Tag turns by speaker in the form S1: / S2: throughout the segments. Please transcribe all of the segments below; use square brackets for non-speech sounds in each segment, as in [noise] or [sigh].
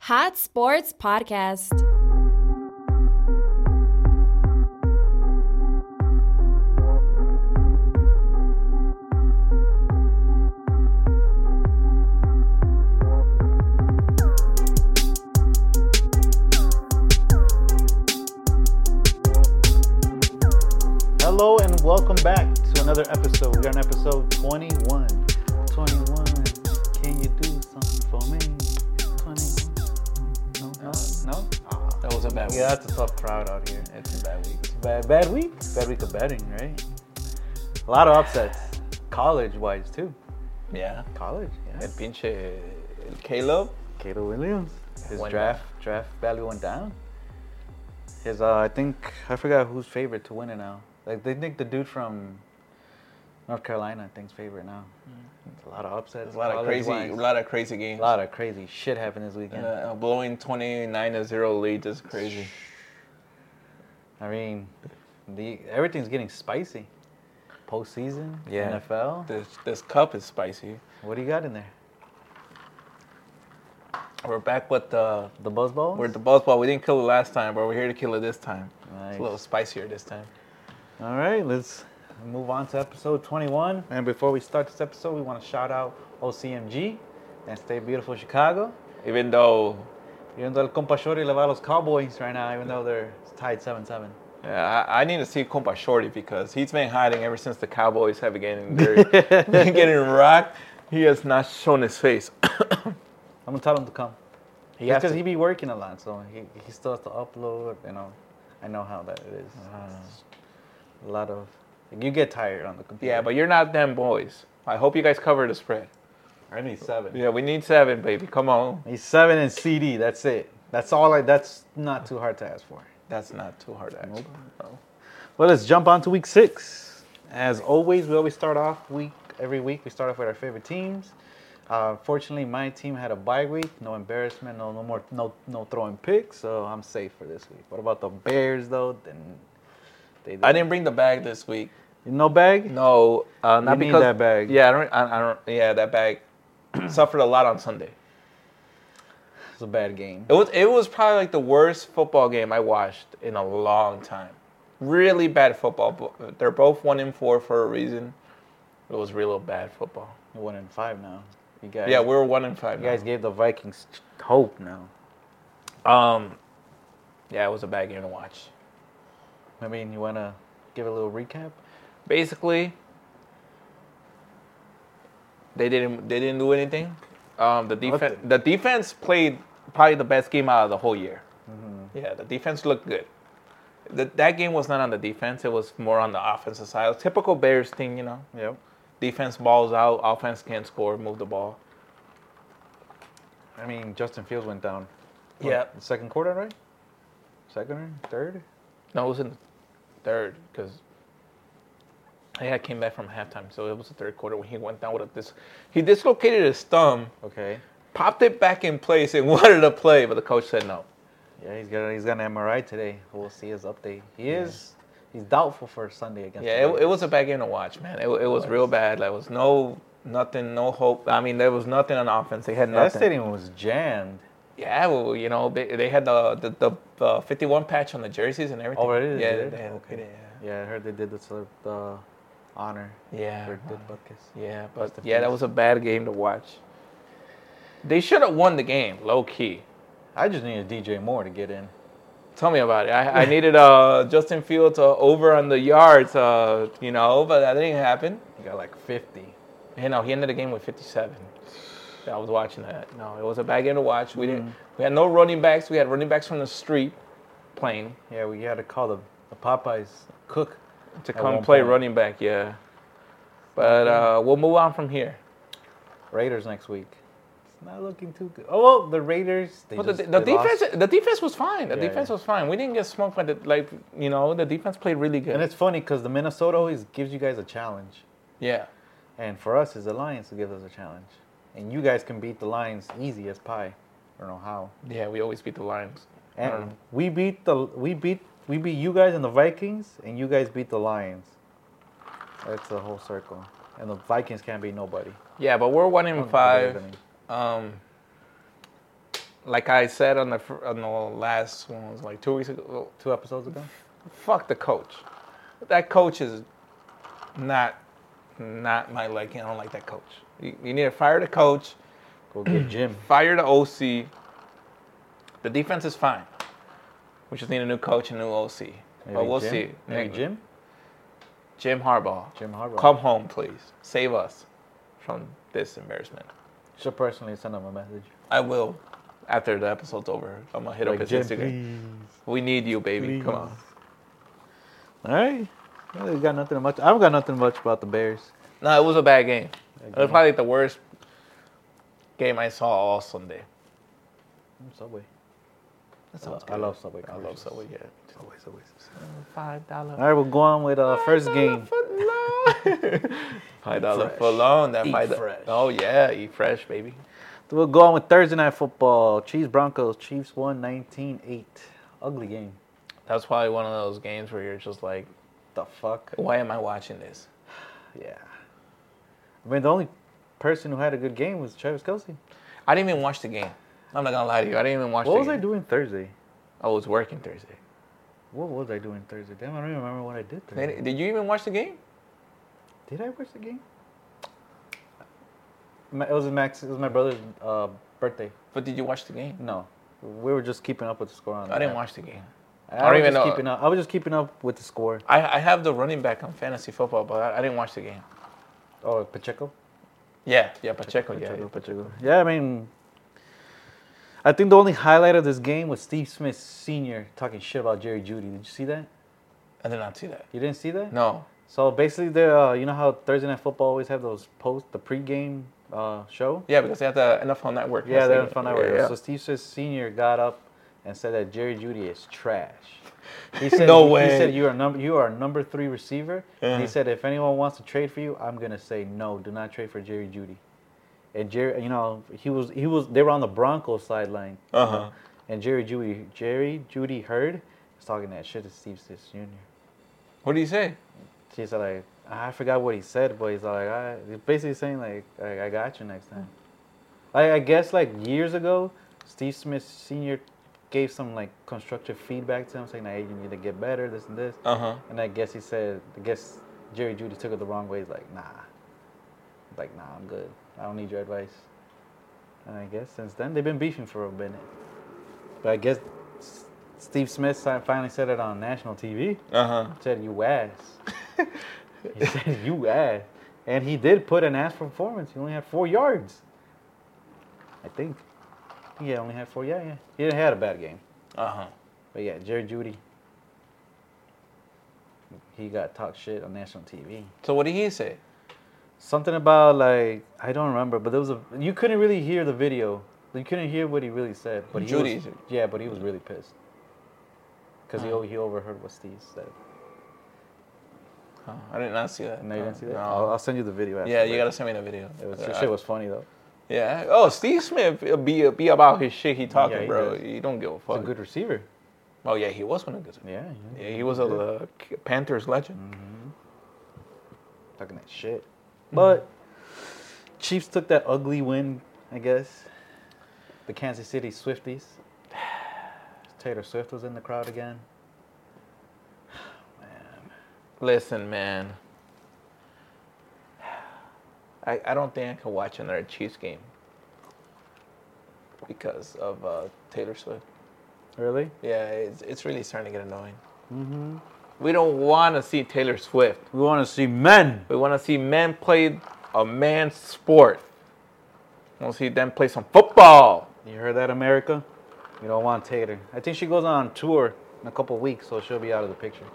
S1: Hot Sports Podcast.
S2: Hello and welcome back to another episode. We got an episode 21. 21. Can you do something for me? 21. No, no.
S3: No? That was a bad
S2: Yeah, that's a tough crowd out here.
S3: week. It's a bad week.
S2: Bad, bad week. Bad week of betting, right? A lot of upsets. College wise, too.
S3: Yeah.
S2: College,
S3: El
S2: yeah.
S3: pinche el Caleb.
S2: Cato Williams. His
S3: Went
S2: draft draft value went down. His, uh, I think, I forgot who's favorite to win it now. Like, they think the dude from North Carolina, I think's favorite now. It's a lot of upsets.
S3: Hmm. There's a lot of crazy, a
S2: college-wise.
S3: lot of crazy games.
S2: A lot of crazy shit happened this
S3: And,
S2: weekend.
S3: uh, a blowing 29 to 0 lead is crazy.
S2: I mean, the everything's getting spicy. Postseason,
S3: Yeah.
S2: NFL.
S3: This this cup is spicy.
S2: What do you got in there?
S3: We're back with the
S2: The Buzz Bowl?
S3: we're at the buzz ball. We didn't kill it last time, but we're here to kill it this time. It's
S2: Nice.
S3: a little spicier this time.
S2: All right, let's move on to episode 21. And before we start this episode, we want to shout out OCMG and Stay Beautiful Chicago.
S3: Even though
S2: Even though El Compa Shorty le va a los Cowboys right now, even though they're tied 7 7.
S3: yeah, I, I need to see Compa Shorty because he's been hiding ever since the Cowboys have been getting [laughs] they're getting rocked. He has not shown his face.
S2: I'm going to tell him to come.
S3: He has
S2: Because
S3: to-
S2: he be working a lot, so he, he still has to upload. You know, I know how that it is. It's a lot of you get tired on the computer.
S3: Ah. Yeah, but you're not them boys. I hope you guys cover the spread.
S2: I need seven.
S3: Yeah, we need seven, baby. Come on.
S2: He's seven and CD. That's it. That's all. I, that's not too hard to ask for.
S3: That's not too hard to ask. No.
S2: Well, let's jump on to week six. As always, we always start off week every week. We start off with our favorite teams. Uh, fortunately, my team had a bye week. No embarrassment. No, no more. No, no throwing picks. So I'm safe for this week. What about the Bears though? Then they.
S3: I didn't bring the bag this week.
S2: No bag.
S3: No, uh, not
S2: need
S3: because
S2: that bag.
S3: Yeah, I don't. I, I don't. Yeah, that bag [clears throat] suffered a lot on Sunday.
S2: It's a bad game.
S3: It was. It was probably like the worst football game I watched in a long time. Really bad football. Bo- They're both one in four for a reason. It was real bad football.
S2: One in five now. You guys,
S3: Yeah, we were one in five.
S2: you guys
S3: now.
S2: gave the Vikings hope now.
S3: Um, yeah, it was a bad game to watch.
S2: I mean, you want to give a little recap?
S3: basically they didn't they didn't do anything. Um, the defense
S2: Nothing.
S3: the defense played probably the best game out of the whole year.
S2: Mm-hmm.
S3: Yeah, the defense looked good. Th- that game was not on the defense; it was more on the offensive side. Typical Bears thing, you know.
S2: Yep.
S3: Defense balls out, offense can't score, move the ball.
S2: I mean, Justin Fields went down.
S3: Yeah.
S2: What, second quarter, right? Second or third?
S3: No, it was in the third because I had came back from halftime, so it was the third quarter when he went down with a dis- he dislocated his thumb.
S2: Okay.
S3: popped it back in place and [laughs] wanted to play, but the coach said no.
S2: Yeah, he's got he's got an MRI today. We'll see his update. He is he's doubtful for Sunday against.
S3: Yeah,
S2: the
S3: it, it was a bad game to watch, man. It, it was real bad. There was no nothing, no hope. I mean, there was nothing on offense. They had
S2: Yeah, that
S3: nothing.
S2: stadium was jammed.
S3: Yeah, well, you know, they, they had the the, the the 51 patch on the jerseys and everything.
S2: Oh, it is.
S3: Yeah,
S2: is it?
S3: they had- yeah.
S2: Yeah, I heard they did the sort of the honor.
S3: Yeah.
S2: For Dick Butkus.
S3: Yeah,
S2: Rest
S3: but
S2: in
S3: yeah, that
S2: peace.
S3: was a bad game to watch. They should have won the game, low key.
S2: I just needed DJ Moore to get in.
S3: Tell me about
S2: [laughs]
S3: it. I, I needed uh, Justin Fields uh, over on the yards, uh, you know, but that didn't happen.
S2: He got like 50.
S3: You know, he ended the game with 57. I was watching that. No, it was a bad game to watch. We didn't.
S2: Mm-hmm.
S3: We had no running backs. We had running backs from the street playing
S2: Yeah, we had to call the, the Popeyes cook.
S3: to
S2: At
S3: come
S2: one
S3: play
S2: point. Mm-hmm.
S3: running back. Yeah, but uh, we'll move on from here.
S2: Raiders next week. It's not looking too good. Oh, well, the Raiders. They
S3: But the,
S2: just-
S3: the
S2: they lost.
S3: defense, the defense was fine. The
S2: Yeah,
S3: defense
S2: yeah.
S3: was fine. We didn't get smoked by the like. You know, the defense played really good.
S2: And it's funny because the Minnesota always gives you guys a challenge,
S3: yeah,
S2: and for us, it's the Lions who gives us a challenge, and you guys can beat the Lions easy as pie. I don't know how.
S3: yeah. We always beat the Lions. I don't
S2: And
S3: know.
S2: we beat the we beat we beat you guys and the Vikings, and you guys beat the Lions. That's the whole circle. And the Vikings can't beat nobody.
S3: Yeah, but we're one in
S2: the
S3: five.
S2: Ravens.
S3: Um, like I said on the fir- on the last one was like two weeks ago.
S2: Two episodes ago.
S3: Fuck the coach. That coach is not not my liking. I don't like that coach. You, you need to fire the coach,
S2: Go
S3: [clears throat]
S2: get Jim.
S3: fire the OC. The defense is fine. We just need a new coach and new OC. but
S2: Maybe
S3: Oh, we'll
S2: Jim?
S3: see.
S2: Maybe Jim.
S3: Jim Harbaugh.
S2: Jim Harbaugh.
S3: Come home, please. Save us from this embarrassment.
S2: Should personally send him a message.
S3: I will. After the episode's over, I'm gonna hit
S2: Like,
S3: up his
S2: Jim,
S3: Instagram.
S2: please.
S3: We need you, baby. Come on.
S2: All right. I really got nothing much. I've got nothing much about the Bears.
S3: No, it was a bad game. It was
S2: game.
S3: probably the worst game I saw all Sunday.
S2: Subway.
S3: That
S2: I
S3: sounds
S2: I
S3: good.
S2: love Subway.
S3: I love
S2: commercials.
S3: Subway. Yeah,
S2: Always, always.
S3: five
S2: All
S3: dollar.
S2: right, we'll go on with uh, first game.
S3: [laughs] Five dollar
S2: fresh.
S3: for loan. That
S2: Eat
S3: five dollar.
S2: fresh.
S3: Oh yeah, eat fresh, baby.
S2: We'll go on with Thursday night football. Chiefs Broncos. Chiefs won 19-8. Ugly game.
S3: That's probably one of those games where you're just like,
S2: The fuck.
S3: why am I watching this?
S2: Yeah. I mean, the only person who had a good game was Travis Kelsey.
S3: I didn't even watch the game. I'm not gonna lie to you. I didn't even watch.
S2: What
S3: the
S2: was I
S3: game.
S2: doing Thursday?
S3: I was working Thursday.
S2: What was I doing Thursday? Damn, I don't even remember what I did Thursday.
S3: Did did you even watch the game?
S2: Did I watch the game? Ma- It was Max. It was my brother's uh, birthday.
S3: But did you watch the game?
S2: No, we were just keeping up with the score on.
S3: I
S2: the
S3: didn't
S2: app.
S3: watch the game.
S2: I,
S3: I don't
S2: was
S3: even
S2: just
S3: know.
S2: Keeping up. I was just keeping up with the score.
S3: I, I have the running back on fantasy football, but I, I didn't watch the game.
S2: Oh, Pacheco.
S3: Yeah, yeah, Pacheco, yeah.
S2: Pacheco, Pacheco. Yeah, I mean, I think the only highlight of this game was Steve Smith Senior talking shit about Jerry Judy. Did you see that?
S3: I did not see that.
S2: You didn't see that?
S3: No.
S2: So basically, they uh, you know how Thursday Night Football always have those post the pregame uh, show.
S3: Yeah, because they have the NFL Network.
S2: Yeah,
S3: has
S2: they're
S3: the-
S2: on Fun Network.
S3: yeah.
S2: So Steve Smith Senior got up and said that Jerry Judy is trash.
S3: [laughs]
S2: He said,
S3: No
S2: he,
S3: way.
S2: He said you are number you are number three receiver. And
S3: Uh-huh.
S2: he said if anyone wants to trade for you, I'm gonna say no. Do not trade for Jerry Judy. And Jerry, you know, he was he was they were on the Broncos sideline. you know,
S3: Uh-huh.
S2: And Jerry Judy Jerry Judy heard was talking that shit to Steve Smith Jr.
S3: What do you say?
S2: She said like "Ah, I forgot what he said, but he's like I he's basically saying like I, I got you next time. I, I guess like years ago, Steve Smith Senior gave some like constructive feedback to him, saying like hey, you need to get better, this and this.
S3: Uh huh.
S2: And I guess he said I guess Jerry Judy took it the wrong way. He's like nah, like nah, I'm good. I don't need your advice. And I guess since then they've been beefing for a minute. But I guess S- Steve Smith si- finally said it on national TV
S3: Uh huh.
S2: said you ass. he said you ass, and he did put an ass performance. He only had four yards. I think. He only had four. Yeah, yeah. He didn't had a bad game,
S3: Uh huh.
S2: but yeah, Jerry Judy. He got talk shit on national TV.
S3: So what did he say?
S2: Something about like I don't remember, but there was a you couldn't really hear the video. You couldn't hear what he really said. But he
S3: Judy.
S2: was, yeah, but he was really pissed because he o- he overheard what Steve said.
S3: Huh, Uh-huh. I did not see that.
S2: No, you didn't see that.
S3: No.
S2: I'll, I'll send you the video. After
S3: yeah, you
S2: this.
S3: gotta send me the video.
S2: It was,
S3: Uh,
S2: shit was funny though.
S3: yeah. Oh, Steve Smith be uh, be about his shit. He talking,
S2: he
S3: bro.
S2: does.
S3: You don't give a
S2: He's
S3: fuck.
S2: a good receiver.
S3: oh yeah, he was one of the good.
S2: Yeah,
S3: Yeah, he was a uh, Panthers legend.
S2: talking that shit. But Chiefs took that ugly win, I guess. The Kansas City Swifties. [sighs] Taylor Swift was in the crowd again.
S3: Listen, man. I, I don't think I can watch another Chiefs game because of uh, Taylor Swift.
S2: Really?
S3: Yeah, it's, it's really starting to get annoying. Mm-hmm. We don't want to see Taylor Swift.
S2: We want to see men.
S3: We want to see men play a man's sport. We want to see them play some football.
S2: You heard that, America? You don't want Taylor. I think she goes on tour in a couple weeks, so she'll be out of the picture.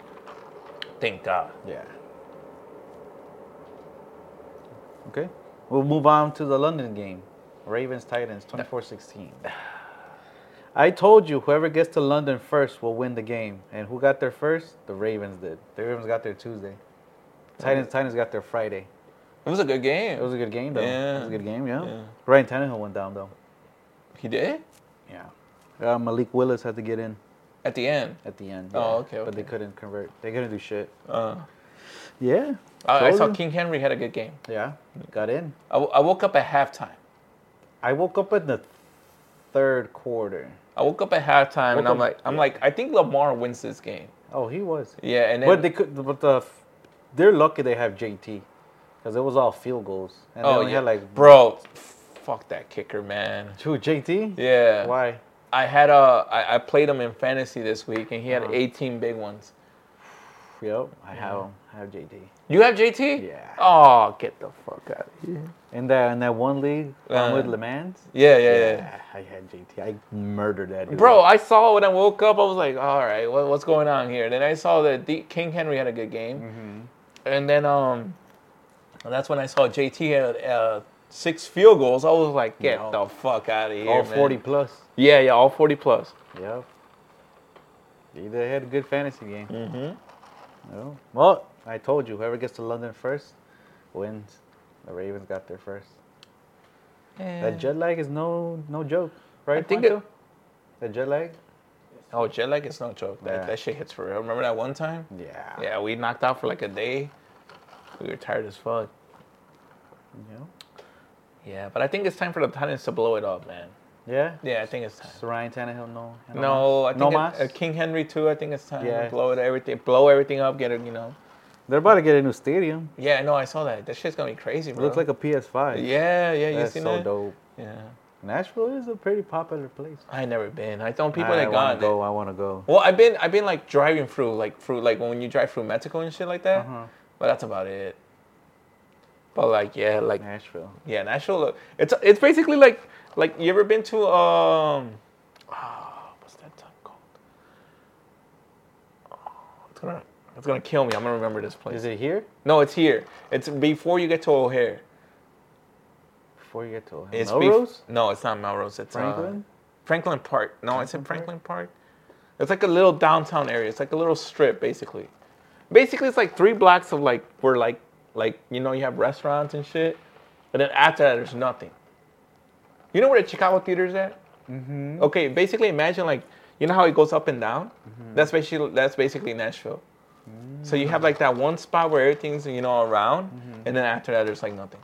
S3: Thank God.
S2: Yeah. Okay. We'll move on to the London game. Ravens Titans 24-16. I told you whoever gets to London first will win the game. And who got there first? The Ravens did. The Ravens got there Tuesday. Titans Titans got there Friday.
S3: It was a good game.
S2: It was a good game though. It was a
S3: Yeah.
S2: good game, yeah.
S3: Yeah.
S2: Ryan Tannehill went down though.
S3: he did?
S2: Yeah. Uh, Malik Willis had to get in
S3: At the end.
S2: at the end.
S3: Oh,
S2: yeah.
S3: okay,
S2: But they
S3: okay.
S2: couldn't convert. They couldn't do shit.
S3: Uh,
S2: Yeah.
S3: Oh, I, I
S2: Told
S3: saw
S2: you.
S3: King Henry had a good game.
S2: Yeah. Got in.
S3: I, w- I woke up at halftime.
S2: I woke up in the third quarter.
S3: I woke up at halftime
S2: Woke
S3: and I'm
S2: up-
S3: like, I'm like, I think Lamar wins this game.
S2: Oh, he was.
S3: Yeah, and then
S2: But they could. But the, they're lucky they have JT, because it was all field goals, and they
S3: oh
S2: only
S3: yeah,
S2: had like
S3: bro, fuck that kicker, man.
S2: two JT.
S3: Yeah,
S2: Why?
S3: I had a, I, I played him in fantasy this week and he had
S2: Uh-huh.
S3: 18 big ones.
S2: Yep, I have him. I have JT.
S3: You have JT?
S2: Yeah.
S3: Oh, get the fuck out of here.
S2: In that in that one league, I'm with
S3: Uh,
S2: Lemans.
S3: Yeah, yeah, yeah.
S2: I had JT. I murdered that. dude.
S3: Bro, I saw when I woke up, I was like, all right, what, what's going on here? Then I saw that D- King Henry had a good game.
S2: Mm-hmm.
S3: And then um, that's when I saw JT had uh, six field goals. I was like, get
S2: No.
S3: the fuck out of here.
S2: all
S3: man.
S2: 40 plus.
S3: Yeah, yeah, all 40 plus.
S2: Yep. He they had a good fantasy game. Mm-hmm. Well, I told you, whoever gets to London first wins. The Ravens got there first. That jet lag is no no joke, right?
S3: I think
S2: Pancho?
S3: it-
S2: the jet lag.
S3: Oh, jet lag is no joke. That,
S2: Yeah.
S3: that shit hits for real. Remember that one time?
S2: Yeah.
S3: Yeah, we knocked out for like a day. We were tired as fuck.
S2: You know?
S3: Yeah, but I think it's time for the Titans to blow it up, man.
S2: Yeah.
S3: Yeah, I think it's time.
S2: So Ryan Tannehill, no.
S3: No, I think
S2: no
S3: it-
S2: mas.
S3: uh, King Henry too. I think it's time
S2: Yeah.
S3: to blow it everything, blow everything up. Get it, you know.
S2: They're about to get a new stadium.
S3: Yeah, I know. I saw that. That shit's gonna be crazy,
S2: It
S3: bro.
S2: looks like a PS5.
S3: yeah, yeah. You
S2: That's
S3: seen
S2: so
S3: that?
S2: dope.
S3: Yeah,
S2: Nashville is a pretty popular place.
S3: I never been. I know people
S2: I
S3: that
S2: wanna
S3: gone.
S2: go. I want to go.
S3: Well, I've been, I've been like driving through, like through, like when you drive through Mexico and shit like that.
S2: Uh-huh.
S3: But that's about it. But like, yeah, like
S2: Nashville.
S3: yeah, Nashville. look- It's it's basically like like you ever been to um, ah, what's that town called? Oh, it's gonna it's gonna kill me. I'm gonna remember this place.
S2: Is it here?
S3: No, it's here. It's before you get to O'Hare.
S2: Before you get to
S3: It's bef-
S2: Melrose,
S3: no, it's not Melrose. It's uh,
S2: Franklin.
S3: Franklin Park. No, it's in Franklin Park. It's like a little downtown area. It's like a little strip, basically. Basically, it's like three blocks of like where like like you know you have restaurants and shit, and then after that there's nothing. You know where the Chicago Theater is at? Mm-hmm. Okay, basically imagine like you know how it goes up and down. That's basically that's basically Nashville. So you have like that one spot where everything's you know around, and then after that there's like nothing.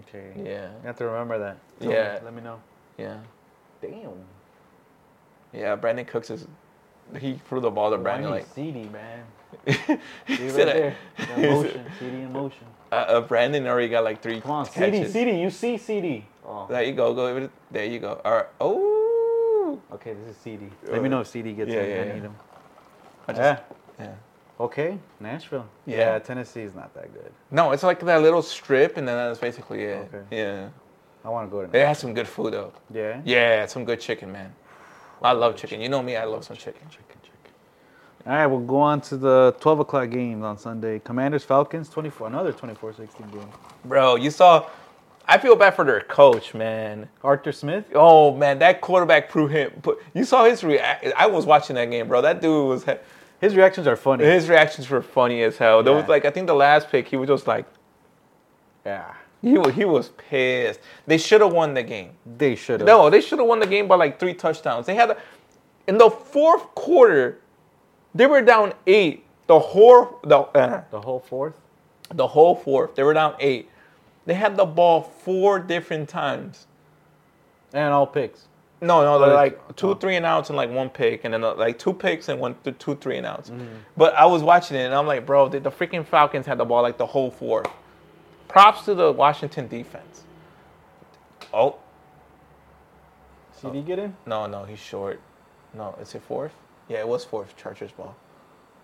S2: okay.
S3: Mm-hmm. Yeah,
S2: You have to remember that. Tell
S3: Yeah.
S2: Me, let me know.
S3: yeah,
S2: Damn.
S3: yeah. Brandon Cooks is he threw the ball to
S2: Brand
S3: Brandon like
S2: CD,
S3: [laughs]
S2: man.
S3: He
S2: See right
S3: said
S2: there. That
S3: he
S2: motion. [laughs] CD in motion.
S3: Uh, uh, Brandon already got like three
S2: Come on, CD,
S3: catches.
S2: CD. You see CD. Oh.
S3: There you go. Go. over th- There you go. All right. Oh.
S2: Okay, this is CD. Let me know if CD gets
S3: Uh, Yeah,
S2: in.
S3: yeah,
S2: I
S3: yeah.
S2: need him.
S3: I just-
S2: yeah.
S3: yeah.
S2: Okay, Nashville.
S3: Yeah.
S2: Tennessee is not that good.
S3: No, it's like that little strip, and then that's basically it.
S2: Okay.
S3: Yeah.
S2: I want to go to
S3: They
S2: Nashville.
S3: have some good food though.
S2: Yeah.
S3: Yeah, some good chicken, man. I love chicken. You know me. I love some chicken.
S2: Chicken, chicken. All right, we'll go on to the 12 o'clock games on Sunday. Commanders, Falcons, 24, another 24-16 game.
S3: Bro, you saw. I feel bad for their coach, man.
S2: Arthur Smith.
S3: Oh man, that quarterback proved him. But you saw his react. I was watching that game, bro. That dude was. he-
S2: His reactions are funny.
S3: His reactions were funny as hell. There was
S2: Yeah.
S3: like I think the last pick, he was just like
S2: yeah.
S3: He was, he was pissed. They should have won the game.
S2: They should have.
S3: No, they should have won the game by like three touchdowns. They had a, in the fourth quarter, they were down eight. The whole the uh,
S2: The whole fourth?
S3: the whole fourth, they were down eight. They had the ball four different times.
S2: And all picks.
S3: No, no, they're
S2: Oh,
S3: like two,
S2: oh.
S3: three and outs and like one pick, and then uh, like two picks and one, th- two, three and outs. But I was watching it and I'm like, bro, the, the freaking Falcons had the ball like the whole fourth. Props to the Washington defense. Oh,
S2: CD get in?
S3: No, no, he's short. No, is it fourth? Yeah, it was fourth. Chargers ball.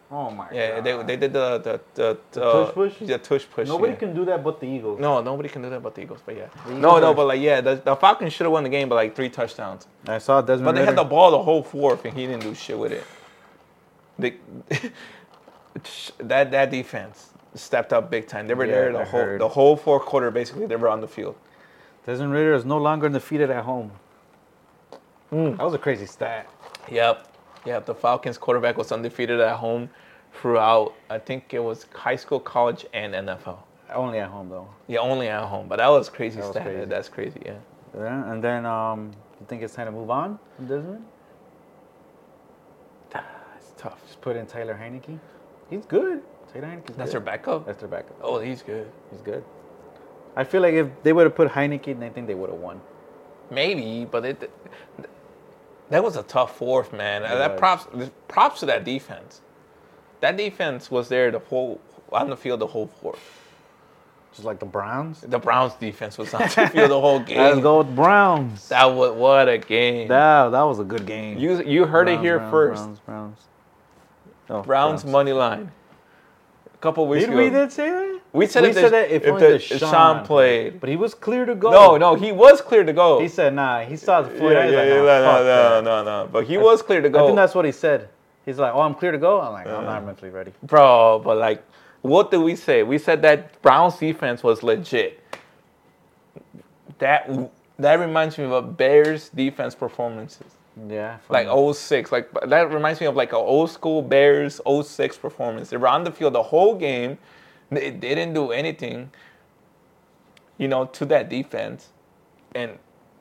S2: Oh my
S3: Yeah, they, they did the the the,
S2: tush push?
S3: The tush push.
S2: Nobody
S3: yeah.
S2: can do that but the Eagles.
S3: No, nobody can do that but the Eagles. But yeah,
S2: Eagles
S3: no, no,
S2: are-
S3: but like yeah, the, the Falcons should have won the game by like three touchdowns.
S2: I saw Desmond
S3: But they had the
S2: Ritter.
S3: ball the whole fourth, and he didn't do shit with it. They, [laughs] that that defense stepped up big time. They were
S2: Yeah,
S3: there the
S2: I
S3: whole
S2: heard.
S3: the whole fourth quarter. Basically, they were on the field.
S2: Desmond Ritter is no longer defeated at home.
S3: Hmm.
S2: That was a crazy stat.
S3: Yep. Yep. The Falcons quarterback was undefeated at home throughout, I think it was high school, college, and NFL.
S2: Only at home though.
S3: Yeah, only at home. But that was crazy.
S2: That was
S3: stat.
S2: crazy.
S3: That's crazy. Yeah.
S2: Yeah, and then um, you think it's time to move on from Desmond?
S3: That's tough.
S2: Just put in Tyler Heineke. He's good. Tyler Heineke's good.
S3: That's their backup?
S2: That's their backup.
S3: oh, he's good.
S2: He's good. I feel like if they would have put Heineke, then I think they would have won.
S3: Maybe, but it that was a tough fourth, man. that
S2: was.
S3: props props to that defense. That defense was there the whole on the field the whole fourth.
S2: Just like the Browns.
S3: The Browns defense was on the field
S2: [laughs]
S3: the whole game.
S2: Let's go with Browns. That,
S3: That was what a game.
S2: that, was a good game.
S3: you you heard it
S2: Browns,
S3: here
S2: Browns,
S3: first. Browns,
S2: Browns, Browns. Oh,
S3: money line. A couple weeks
S2: Did
S3: ago.
S2: we did say that?
S3: We said
S2: we
S3: if
S2: said
S3: the-
S2: that if,
S3: if
S2: only
S3: the-
S2: the
S3: if
S2: Sean,
S3: Sean played.
S2: but he was clear to go.
S3: No, no, he was clear to go.
S2: He said nah. He saw the foot.
S3: yeah,
S2: he's
S3: yeah,
S2: like,
S3: yeah,
S2: nah,
S3: no,
S2: fuck
S3: no,
S2: that.
S3: no, no, no. But he was clear to go.
S2: I think that's what he said. He's like, oh, I'm clear to go. I'm like, I'm not mentally ready.
S3: Bro, but like, what did we say? We said that Browns defense was legit. That that reminds me of a Bears defense performances,
S2: Yeah.
S3: like
S2: fine.
S3: 06. Like that reminds me of like a old school Bears 06 performance. They were on the field the whole game. They didn't do anything, you know, to that defense. And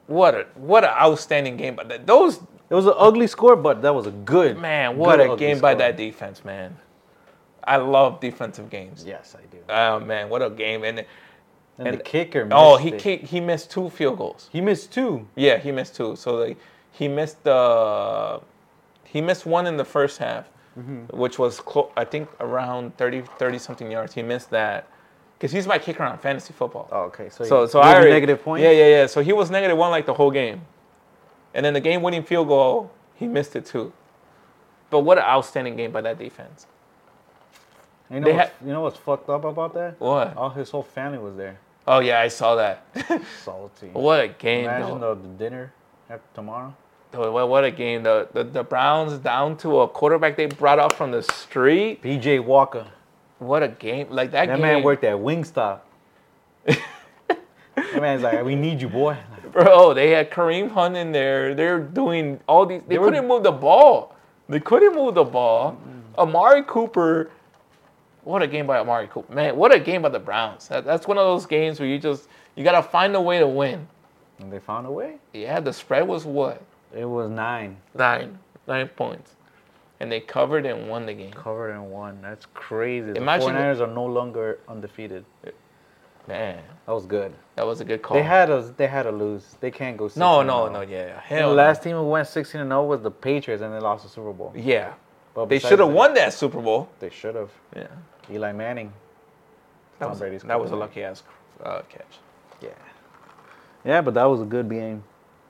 S3: what a what an outstanding game! But th- those
S2: It was an ugly score, but that was a good
S3: oh. man, what
S2: good
S3: a
S2: ugly
S3: game by
S2: score.
S3: that defense, man. I love defensive games.
S2: Yes, I do.
S3: Oh man, what a game! And,
S2: And,
S3: and-
S2: the kicker. Missed
S3: oh, he
S2: it.
S3: kicked, he missed two field goals.
S2: He missed two.
S3: Yeah, he missed two. So like he missed the he missed one in the first half,
S2: Mm-hmm.
S3: which was clo- I think around 30, 30 something yards. He missed that because he's my kicker on fantasy football.
S2: Oh, okay. So
S3: So
S2: he
S3: so
S2: gave
S3: I
S2: you
S3: already,
S2: negative points.
S3: Yeah, yeah, yeah. So he was negative one like the whole game, and then the game winning field goal he missed it too. But what an outstanding game by that defense.
S2: You know,
S3: They
S2: what's,
S3: had-
S2: you know what's fucked up about that?
S3: What?
S2: All his whole family was there.
S3: Oh yeah, I saw that.
S2: Salty.
S3: what a game! though.
S2: Imagine the, the dinner after tomorrow.
S3: Dude, what, what a game. The, the the Browns down to a quarterback they brought up from the street.
S2: PJ Walker.
S3: What a game. Like that,
S2: That
S3: game.
S2: man worked at Wingstop. [laughs] that man's like, we need you, boy.
S3: Bro, they had Kareem Hunt in there. They're doing all these. They,
S2: They were-
S3: couldn't move the ball. They couldn't move the ball.
S2: Mm-hmm.
S3: Amari Cooper. What a game by Amari Cooper. Man, what a game by the Browns. That, that's one of those games where you just, you got to find a way to win.
S2: And they found a way.
S3: Yeah, the spread was what?
S2: It was nine.
S3: Nine. Nine points. And they covered and won the game.
S2: Covered in one. That's crazy. The
S3: Imagine-
S2: 49ers are no longer undefeated.
S3: Man,
S2: That was good.
S3: that was a good call.
S2: They had us. They had to lose. They can't go. 16
S3: No, no, no, yeah. Hell.
S2: The
S3: no.
S2: last team who went 16 and 0 was the Patriots, and they lost the Super Bowl.
S3: Yeah.
S2: But
S3: They
S2: besides
S3: should have
S2: that-
S3: won that Super Bowl.
S2: They should have.
S3: Yeah.
S2: Eli Manning.
S3: That
S2: Tom
S3: was,
S2: Brady's
S3: that was a
S2: quarterback.
S3: lucky ass uh, catch.
S2: Yeah. Yeah, but that was a good game.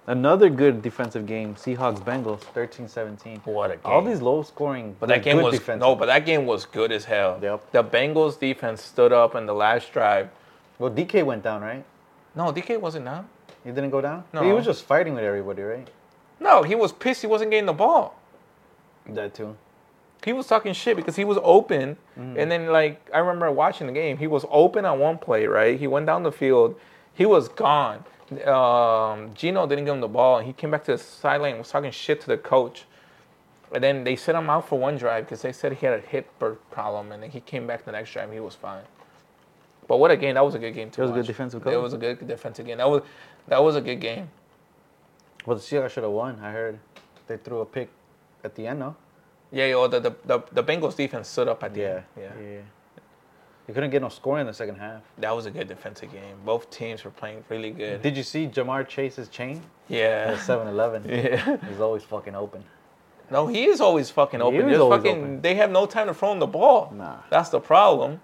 S2: Another good defensive game. Seahawks Bengals 13-17.
S3: What a
S2: All
S3: game.
S2: these low scoring, but
S3: That game
S2: good
S3: was
S2: defense.
S3: no, but that game was good as hell.
S2: Yep.
S3: The Bengals defense stood up in the last drive.
S2: well, DK went down, right?
S3: No, DK wasn't down.
S2: He didn't go down.
S3: No.
S2: he was just fighting with everybody, right?
S3: No, he was pissed. He wasn't getting the ball.
S2: That too.
S3: He was talking shit because he was open.
S2: Mm-hmm.
S3: And then, like, I remember watching the game. He was open on one play, right? He went down the field. He was gone. Um, Gino didn't give him the ball. And he came back to the sideline and was talking shit to the coach. And then they sent him out for one drive because they said he had a hip or problem. And then he came back the next drive and he was fine. But what a game. That was a good game, too.
S2: It was a good defensive
S3: It
S2: coach.
S3: was a good defensive game. That was, that was a good game.
S2: Well, the Seahawks should have won. I heard they threw a pick at the end, no?
S3: Yeah, yo, the, the, the, the Bengals defense stood up at the end.
S2: yeah. They couldn't get no scoring in the second half.
S3: That was a good defensive game. Both teams were playing really good.
S2: Did you see Jamar Chase's chain
S3: yeah.
S2: at [laughs] 7-Eleven?
S3: yeah.
S2: He's always fucking open.
S3: No, he is always fucking open.
S2: is
S3: Just
S2: always
S3: fucking,
S2: open.
S3: They have no time to throw him the ball.
S2: Nah.
S3: That's the problem.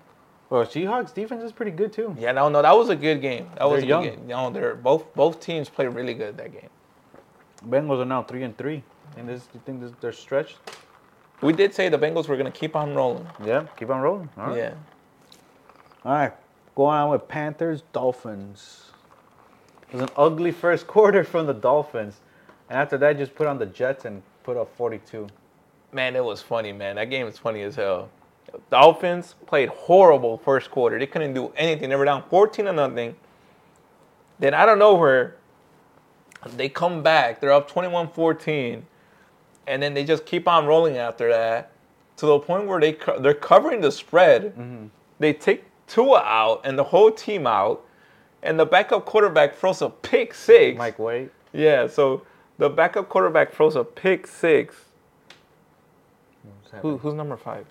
S2: Well, Seahawks defense is pretty good too.
S3: Yeah, no, no, that was a good game. That was a
S2: They're
S3: good
S2: young.
S3: game. No, they're both both teams played really good that game.
S2: Bengals are now three and three. And this, you think this, they're stretched?
S3: We did say the Bengals were gonna keep on rolling.
S2: Yeah, keep on rolling. All right.
S3: Yeah.
S2: All right, going on with Panthers Dolphins. It was an ugly first [laughs] quarter from the Dolphins, and after that, just put on the Jets and put up 42.
S3: Man, it was funny, man. That game is funny as hell. Dolphins played horrible first quarter. They couldn't do anything. They were down 14 to nothing. Then out of nowhere, they come back. They're up 21-14. And then they just keep on rolling after that to the point where they co- they're covering the spread. They take Tua out and the whole team out. And the backup quarterback throws a pick six.
S2: Mike White.
S3: Yeah, so the backup quarterback throws a pick six. Who, who's number five?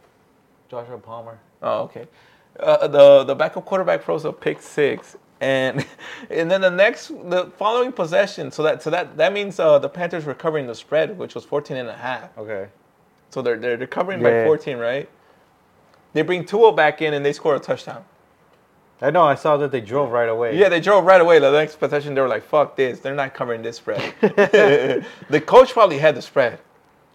S2: Joshua Palmer.
S3: Oh, okay. Uh, the the backup quarterback throws a pick six, and [laughs] and then the next the following possession. So that so that that means uh, the Panthers were covering the spread, which was 14 and a half.
S2: Okay.
S3: So they're they're, they're covering by
S2: Yeah.
S3: 14, right? They bring Tua back in and they score a touchdown.
S2: I know. I saw that they drove right away.
S3: Yeah, they drove right away. The next possession, they were like, "Fuck this! They're not covering this spread." [laughs] the coach probably had the spread.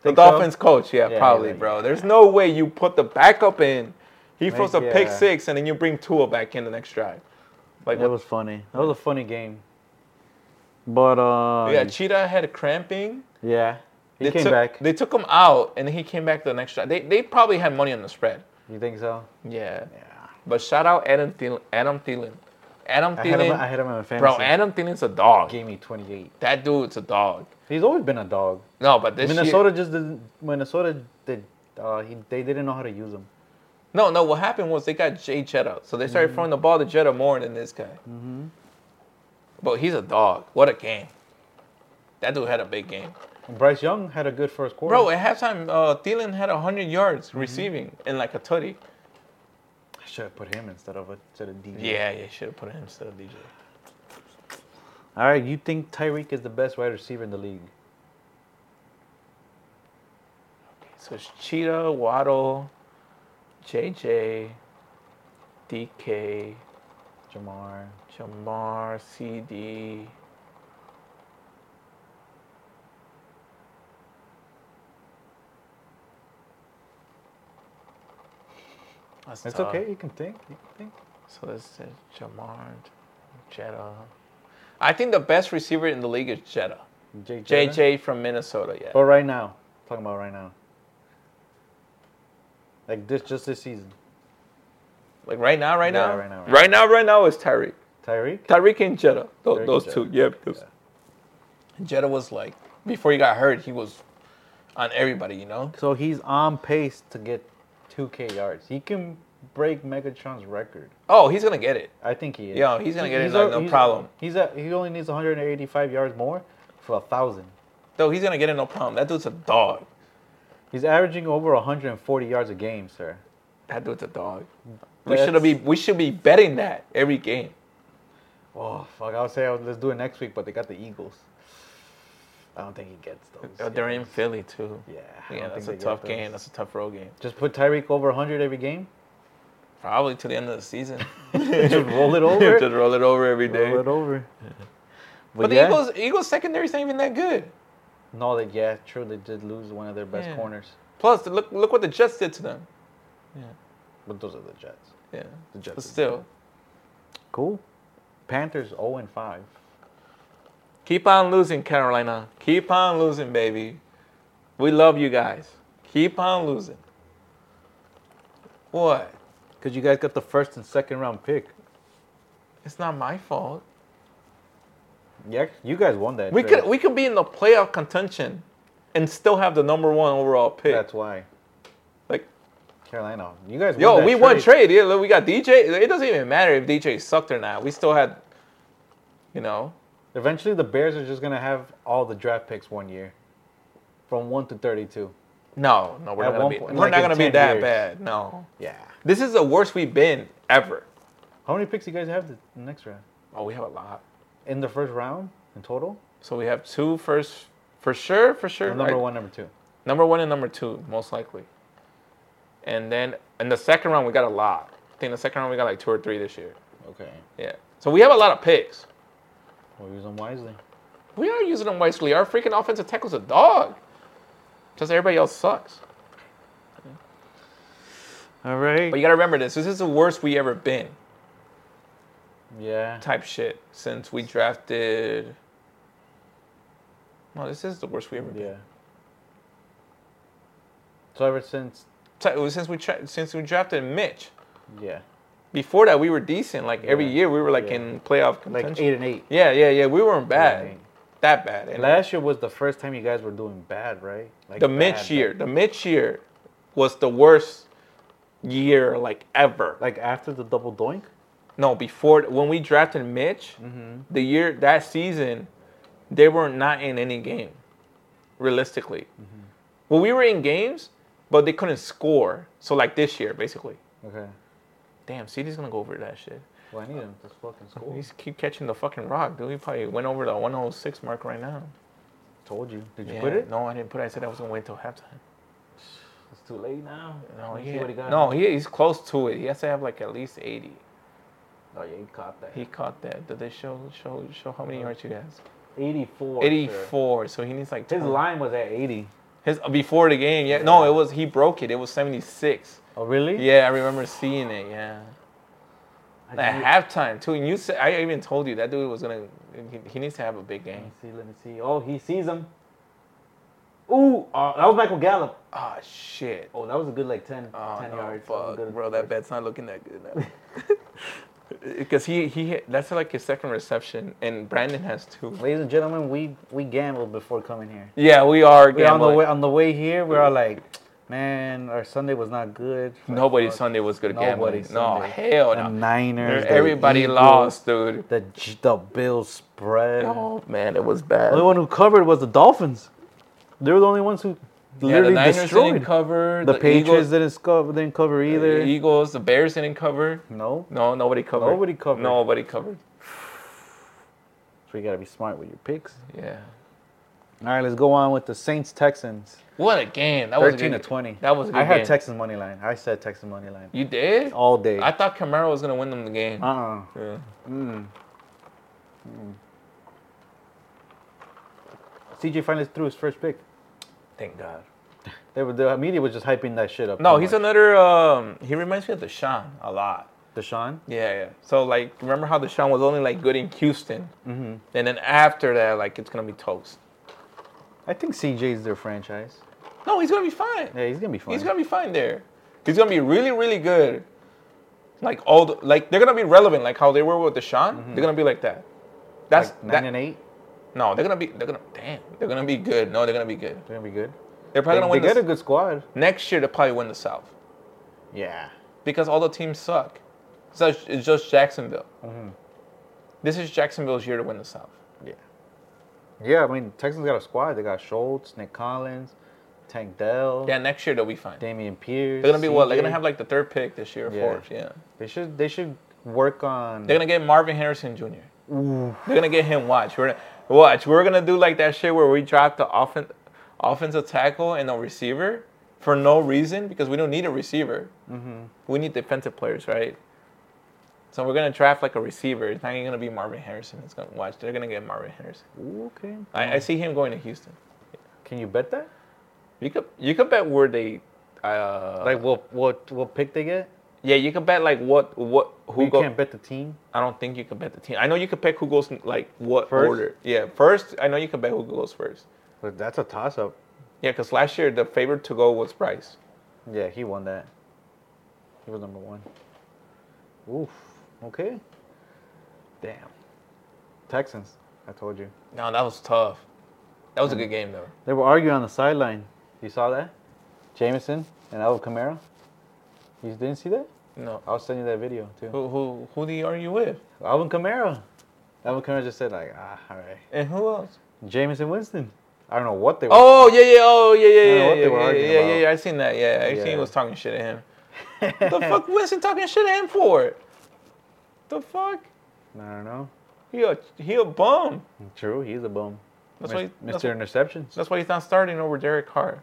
S3: The
S2: Think so?
S3: Dolphins coach, yeah,
S2: Yeah,
S3: probably,
S2: like-
S3: bro. There's no way you put the backup in. He throws a
S2: Like,
S3: pick
S2: yeah.
S3: six, and then you bring Tua back in the next drive. Like,
S2: That was funny. That was a funny game. But uh,
S3: yeah, Cheetah had cramping.
S2: yeah, he
S3: they
S2: came
S3: took,
S2: back.
S3: They took him out, and he came back the next drive. They, they probably had money on the spread.
S2: you think so?
S3: Yeah. But shout out Adam Thielen. Adam Thielen. Adam
S2: I had him. I
S3: Thielen.
S2: had him in fantasy.
S3: Bro, Adam Thielen's a dog.
S2: gave me 28.
S3: That dude's a dog.
S2: He's always been a dog.
S3: No, but this year-
S2: Minnesota just didn't. Minnesota did. Uh, he, they didn't know how to use him.
S3: No, no. What happened was they got Jay Jetta, so they started throwing the ball to Jetta more than this guy. But he's a dog. What a game! That dude had a big game,
S2: Bryce Young had a good first quarter.
S3: bro. At halftime, uh, Thielen had hundred yards receiving and like a tutty.
S2: I should have put him instead of a, instead of DJ.
S3: Yeah, yeah. Should have put him instead of DJ.
S2: All right, you think Tyreek is the best wide receiver in the league?
S3: So it's Cheetah, Waddle, JJ, DK,
S2: Jamar.
S3: Jamar, CD. That's
S2: It's
S3: tough.
S2: okay. You can think. You can think.
S3: So this is Jamar, Jetta. I think the best receiver in the league is Jetta.
S2: Jay Jetta?
S3: JJ from Minnesota, yeah.
S2: But right now, talking about right now. Like this, just this season,
S3: Like right now, right
S2: Yeah,
S3: now?
S2: right now, right
S3: Right, now, right now is Tyreek.
S2: Tyreek.
S3: Tyreek and Jetta. Tho-
S2: Tyreek
S3: those
S2: and
S3: two.
S2: Jetta.
S3: Yeah, because Jetta was like before he got hurt, he was on everybody, you know?
S2: So he's on pace to get 2K yards. He can break Megatron's record.
S3: Oh, he's gonna get it.
S2: I think he is.
S3: Yo, he's gonna get it,
S2: He's
S3: like,
S2: al-
S3: no
S2: he's-
S3: problem.
S2: He's at, he only needs 185 yards more for a thousand.
S3: Though he's gonna get it no problem. That dude's a dog.
S2: He's averaging over 140 yards a game, sir.
S3: That dude's a dog. We
S2: That's-
S3: should be we should be betting that every game.
S2: Oh fuck! I would say I would- let's do it next week, but they got the Eagles. I don't think he gets those.
S3: Yo, They're in Philly too.
S2: Yeah, I
S3: Uh, Yeah,
S2: don't
S3: that's a
S2: think they
S3: tough
S2: get
S3: game.
S2: those.
S3: That's a tough road game.
S2: Just put Tyreek over 100 every
S3: [laughs]
S2: game.
S3: Probably to the end of the [laughs] season.
S2: Just roll it over.
S3: Just roll it over every day.
S2: roll it over.
S3: But, the Eagles Eagles secondary's not even that good.
S2: No, they yeah, true. They did lose one of their best
S3: Yeah.
S2: corners,
S3: Plus, look look what the Jets did to them.
S2: but those are the Jets.
S3: Yeah.
S2: The Jets
S3: But
S2: did.
S3: still.
S2: Cool. Panthers 0 and 5.
S3: Keep on losing, Carolina. Keep on losing, baby. We love you guys. Keep on losing. What?
S2: Because you guys got the first and second round pick.
S3: It's not my fault.
S2: Yeah, you guys won that.
S3: We
S2: trade.
S3: could we could be in the playoff contention and still have the number one overall pick.
S2: That's why.
S3: like,
S2: Carolina. You guys
S3: yo,
S2: won that
S3: we won trade. Yeah, look, we got DJ. It doesn't even matter if DJ sucked or not. We still had, you know,
S2: Eventually, the Bears are just going to have all the draft picks one year from 1 to 32.
S3: no, no, we're
S2: At
S3: not gonna
S2: one
S3: be,
S2: point,
S3: we're
S2: like
S3: not
S2: in
S3: gonna be
S2: 10
S3: that
S2: years.
S3: bad. No,
S2: Yeah.
S3: this is the worst we've been ever.
S2: How many picks you guys have the the next round?
S3: Oh, we have a lot.
S2: In the first round in total?
S3: So we have two first, for sure, for sure.
S2: Number
S3: I-
S2: one, number two.
S3: number one and number two, most likely. And then in the second round, we got a lot. I think the second round we got like two or three this year.
S2: Okay.
S3: Yeah. So we have a lot of picks.
S2: We'll use them wisely.
S3: We are using them wisely. Our freaking offensive tackle's a dog. Just everybody else sucks.
S2: All right.
S3: But you gotta remember this. This is the worst we ever been
S2: Yeah.
S3: type shit since we drafted. No, this is the worst we ever been.
S2: Yeah. So ever since,
S3: Ti- it was Since we tra- since we drafted Mitch.
S2: yeah,
S3: Before that, we were decent. Like every
S2: Yeah.
S3: year, we were like
S2: Yeah.
S3: in playoff
S2: like
S3: contention.
S2: eight and eight.
S3: Yeah, yeah, yeah. We weren't bad.
S2: Right.
S3: That bad. And
S2: Last year was the first time you guys were doing bad, right? Like
S3: the
S2: bad,
S3: Mitch year, the Mitch year was the worst year like ever.
S2: like after the double doink.
S3: No, before when we drafted Mitch, the year that season, they were not in any game, realistically. Well, we were in games, but they couldn't score. So like this year, basically.
S2: Okay.
S3: Damn, CD's gonna go over that shit.
S2: Well, I need him to fucking score.
S3: He's keep catching the fucking rock, dude. He probably went over the 106 mark right now.
S2: Told you. Did you
S3: Yeah,
S2: put it?
S3: No, I didn't put it. I said I was gonna wait till halftime.
S2: It's too late now.
S3: No,
S2: Let me
S3: he,
S2: see what he got.
S3: no, he, he's close to it. He has to have like at least 80.
S2: Oh, yeah, he caught that.
S3: He caught that. Did they show show show how many yards he has?
S2: 84. sir.
S3: 84. So he needs like
S2: His
S3: 20.
S2: line was at 80.
S3: His before the game. Yeah. No, it was he broke it. It was 76.
S2: Oh, really?
S3: Yeah, I remember seeing it. Yeah.
S2: I
S3: At
S2: think-
S3: halftime too, and you said I even told you that dude was gonna. He, he needs to have a big
S2: Let me
S3: game.
S2: see. Let me see. Oh, he sees him. Ooh, uh, that was Michael Gallup.
S3: Ah shit.
S2: Oh, that was a good like 10,
S3: Oh,
S2: 10
S3: no,
S2: yards. was a
S3: Fuck,
S2: good
S3: bro, that
S2: first.
S3: bet's not looking that good [laughs] now. Because he he hit, that's like his second reception, and Brandon has two.
S2: Ladies and gentlemen, we we gambled before coming here.
S3: Yeah, we
S2: We
S3: are
S2: on the
S3: gambling.
S2: way on the way here. We are like, man, our Sunday was not good.
S3: Nobody
S2: Fuck.
S3: Sunday was good at gambling.
S2: Nobody
S3: No,
S2: Sunday.
S3: hell
S2: The
S3: no.
S2: Niners. the
S3: Everybody
S2: Eagles,
S3: lost, dude.
S2: The G- the Bills spread.
S3: Oh man, it was
S2: The only
S3: bad.
S2: one who covered was the Dolphins. They were the only ones who
S3: Yeah, the
S2: literally
S3: Niners
S2: destroyed.
S3: didn't cover.
S2: the, Patriots
S3: Eagles,
S2: didn't cover. Didn't cover either.
S3: The Eagles, the Bears didn't cover.
S2: no,
S3: No, nobody covered.
S2: Nobody covered.
S3: Nobody covered.
S2: so you gotta be smart with your picks.
S3: Yeah.
S2: All right, let's go on with the Saints Texans.
S3: What a game! That was a
S2: Thirteen to
S3: good-
S2: twenty.
S3: That was a good
S2: I had
S3: game.
S2: Texans money line. I said Texans money line
S3: You did?
S2: all day.
S3: I thought Camaro was gonna win them the game.
S2: uh uh
S3: Yeah.
S2: CJ finally threw his first pick.
S3: Thank God.
S2: They were, the media was just hyping that shit up.
S3: No,
S2: too
S3: he's
S2: much.
S3: another. Um, he reminds me of Deshaun a lot.
S2: Deshaun.
S3: Yeah, yeah. So like, remember how Deshaun was only like good in Houston, mm-hmm. and then after that, like, it's gonna be toast.
S2: I think CJ's their franchise.
S3: No, he's gonna be fine.
S2: Yeah, he's gonna be fine.
S3: He's gonna be fine there. He's gonna be really, really good. Like all, the, like they're gonna be relevant. Like how they were with Deshaun, they're gonna be like that. That's
S2: Mm-hmm. like
S3: that,
S2: nine and eight.
S3: No, they're gonna be. They're gonna. Damn, they're gonna be good. No, they're gonna be good.
S2: They're gonna be good. They,
S3: They're
S2: they
S3: probably gonna
S2: got a
S3: win.
S2: good squad.
S3: The, next year, they'll probably win the South
S2: Yeah.
S3: because all the teams suck. So it's- it's just Jacksonville.
S2: Mm-hmm.
S3: This is Jacksonville's year to win the South.
S2: Yeah. Yeah, I mean Texans got a squad. They got Schultz, Nick Collins, Tank Dell,
S3: Yeah, next year they'll be fine.
S2: Damian Pierce.
S3: They're gonna be what? They're
S2: CJ.
S3: gonna have like the third pick this year, or
S2: Yeah.
S3: fourth. Yeah.
S2: They should they should work on
S3: They're gonna get Marvin Harrison Jr. They're gonna get him. Watch. We're gonna, watch. We're gonna do like that shit where we drop the offen, offensive tackle and a receiver for no reason because we don't need a receiver. We need defensive players, right? So we're gonna draft like a receiver. It's not even gonna be Marvin Harrison. It's gonna watch. They're gonna get Marvin Harrison.
S2: Ooh, okay.
S3: I, I see him going to Houston.
S2: Can you bet that?
S3: You could you could bet where they. Uh,
S2: Like what what what pick they get?
S3: yeah, you could bet like what what who
S2: you
S3: go.
S2: can't bet the team.
S3: I don't think you can bet the team. I know you can pick who goes in, like what
S2: First?
S3: order. Yeah, first I know you can bet who goes first.
S2: But that's a toss up.
S3: Yeah, because last year the favorite to go was Bryce.
S2: Yeah, he won that. He was number one. Oof. Okay. Damn. Texans. I told you.
S3: No, that was tough. That was a good game though.
S2: They were arguing on the sideline. You saw that? Jameson and Alvin Kamara. You didn't see that?
S3: No,
S2: I'll send you that video too.
S3: who who who the are you with?
S2: Alvin Kamara. Alvin Kamara just said like, ah, all right.
S3: And who else?
S2: Jameson Winston. I don't know what they were.
S3: Oh yeah yeah oh yeah yeah
S2: I don't know
S3: yeah
S2: what they
S3: yeah
S2: were
S3: yeah,
S2: arguing
S3: yeah,
S2: about.
S3: yeah, yeah, I seen that. Yeah, I seen he
S2: Yeah.
S3: was talking shit
S2: [laughs]
S3: at him. the fuck Winston talking shit at him for? The fuck?
S2: I don't know.
S3: He a he a bum.
S2: True, he's a bum.
S3: That's
S2: Mis-
S3: why he- that's
S2: Mr. Interceptions.
S3: That's why he's not starting over Derek Carr.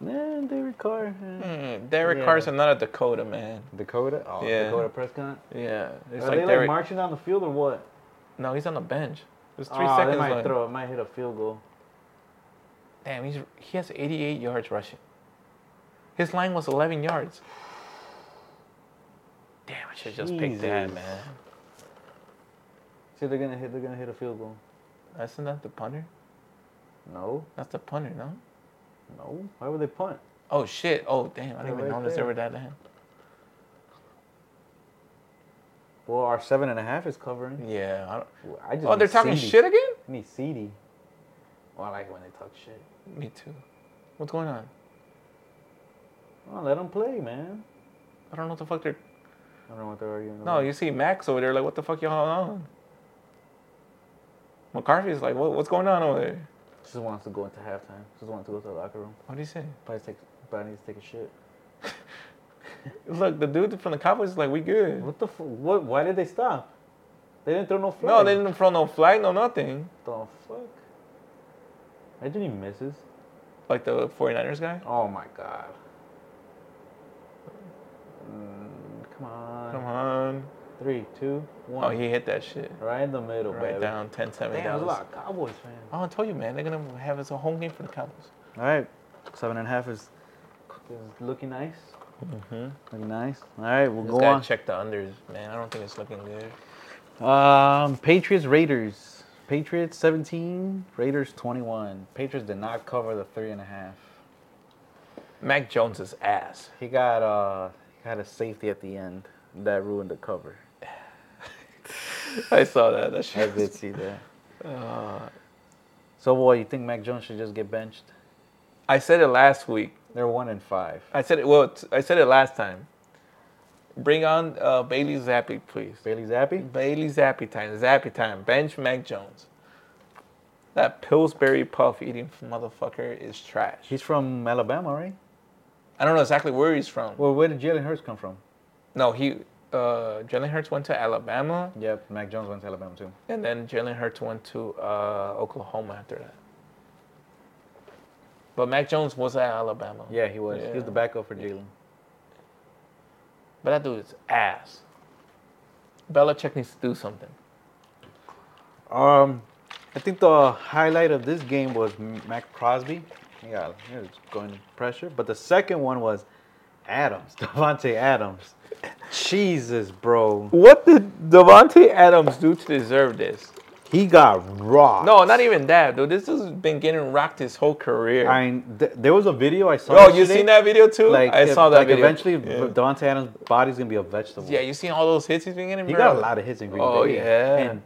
S2: Nah, Derek Carr. eh.
S3: Mm, Derek
S2: Yeah.
S3: Carr's another Dakota man.
S2: Dakota. Oh,
S3: Hmm. Yeah.
S2: Dakota Prescott.
S3: Yeah, it's
S2: Are
S3: like
S2: they
S3: Derek.
S2: like marching down the field or what?
S3: no, he's on the bench. There's
S2: Three
S3: three seconds
S2: They might
S3: left.
S2: throw. It might hit a field goal.
S3: Damn, he's he has 88 yards rushing. His line was 11 yards. Damn, I should just pick that,
S2: Jesus.
S3: man.
S2: See, they're gonna hit. They're gonna hit a field goal.
S3: Isn't that the punter?
S2: No,
S3: That's the punter, no?
S2: no. Why would they punt?
S3: Oh shit! Oh damn, I didn't
S2: They're
S3: even
S2: right
S3: notice
S2: there.
S3: they were that down.
S2: Well, our seven and a half is covering.
S3: Yeah. I don't,
S2: I just
S3: oh, they're
S2: need
S3: talking
S2: CD.
S3: shit again.
S2: I need CD. Well, I like it when they talk shit.
S3: Me too. What's going on?
S2: Well, let them play, man.
S3: I don't know what the fuck they're.
S2: I don't know what they're arguing.
S3: No,
S2: about.
S3: you see Max over there, like, what the fuck y'all on? McCarthy's like, what, what's going on over there?
S2: just wants to go into halftime. Just wants to go to the locker room.
S3: What do you say?
S2: Probably take. But I need to take a shit.
S3: Look, the dude from the Cowboys is like, we good.
S2: What the? F- what? Why did they stop? They didn't throw no flag.
S3: No, they didn't throw no flag, no nothing.
S2: The fuck? Imagine he misses.
S3: Like the 49ers guy.
S2: Oh my god. Mm, come on.
S3: Come on.
S2: Three, two,
S3: Oh,
S2: one.
S3: he hit that shit.
S2: Right in the middle,
S3: Right
S2: baby.
S3: down, 10 7
S2: Damn, there's a lot of Cowboys fans.
S3: Oh, I told you, man, they're gonna have it's a home game for the Cowboys.
S2: All right, seven and a half is, is looking nice.
S3: Mm-hmm.
S2: Looking nice. All right, we'll
S3: Just
S2: go
S3: gotta
S2: on.
S3: check the unders, man. I don't think it's looking good.
S2: Um, Patriots Raiders. Patriots 17, Raiders 21. Patriots did not cover the three and a half.
S3: Mac Jones is ass.
S2: He got uh he had a safety at the end that ruined the cover.
S3: I saw that. That
S2: I [laughs]
S3: shit.
S2: did see that.
S3: Uh,
S2: So what you think Mac Jones should just get benched?
S3: I said it last week.
S2: They're one and five.
S3: I said it. Well, t- I said it last time. Bring on uh, Bailey Zappi, please.
S2: Bailey's happy?
S3: Bailey Zappi time. Zappi time. Bench Mac Jones. That Pillsbury puff eating motherfucker is trash.
S2: He's from Alabama, right?
S3: I don't know exactly where he's from.
S2: Well, where did Jalen Hurts come from?
S3: No, he. Uh, Jalen Hurts went to Alabama,
S2: Yep, Mac Jones went to Alabama too.
S3: and then Jalen Hurts went to uh, Oklahoma after that. But Mac Jones was at Alabama.
S2: Yeah, he was. He was
S3: Yeah.
S2: the backup for Jalen.
S3: But that dude is ass. Belichick needs to do something.
S2: Um, I think the highlight of this game was M- Mac Crosby. Yeah, he was going pressure. But the second one was Adams, [laughs] Devontae Adams. Jesus, bro.
S3: What did Devontae Adams do to deserve this?
S2: He got rocked.
S3: No, not even that, dude. This dude's been getting rocked his whole career.
S2: I mean, th- there was a video I saw.
S3: Bro, you
S2: yesterday.
S3: seen that video too?
S2: Like,
S3: I
S2: if-
S3: saw that
S2: like,
S3: video.
S2: Eventually,
S3: yeah.
S2: Devontae Adams' body's gonna be a vegetable.
S3: Yeah, you seen all those hits he's been getting?
S2: he
S3: bro?
S2: got a lot of hits in Green
S3: Oh,
S2: Bay.
S3: yeah.
S2: and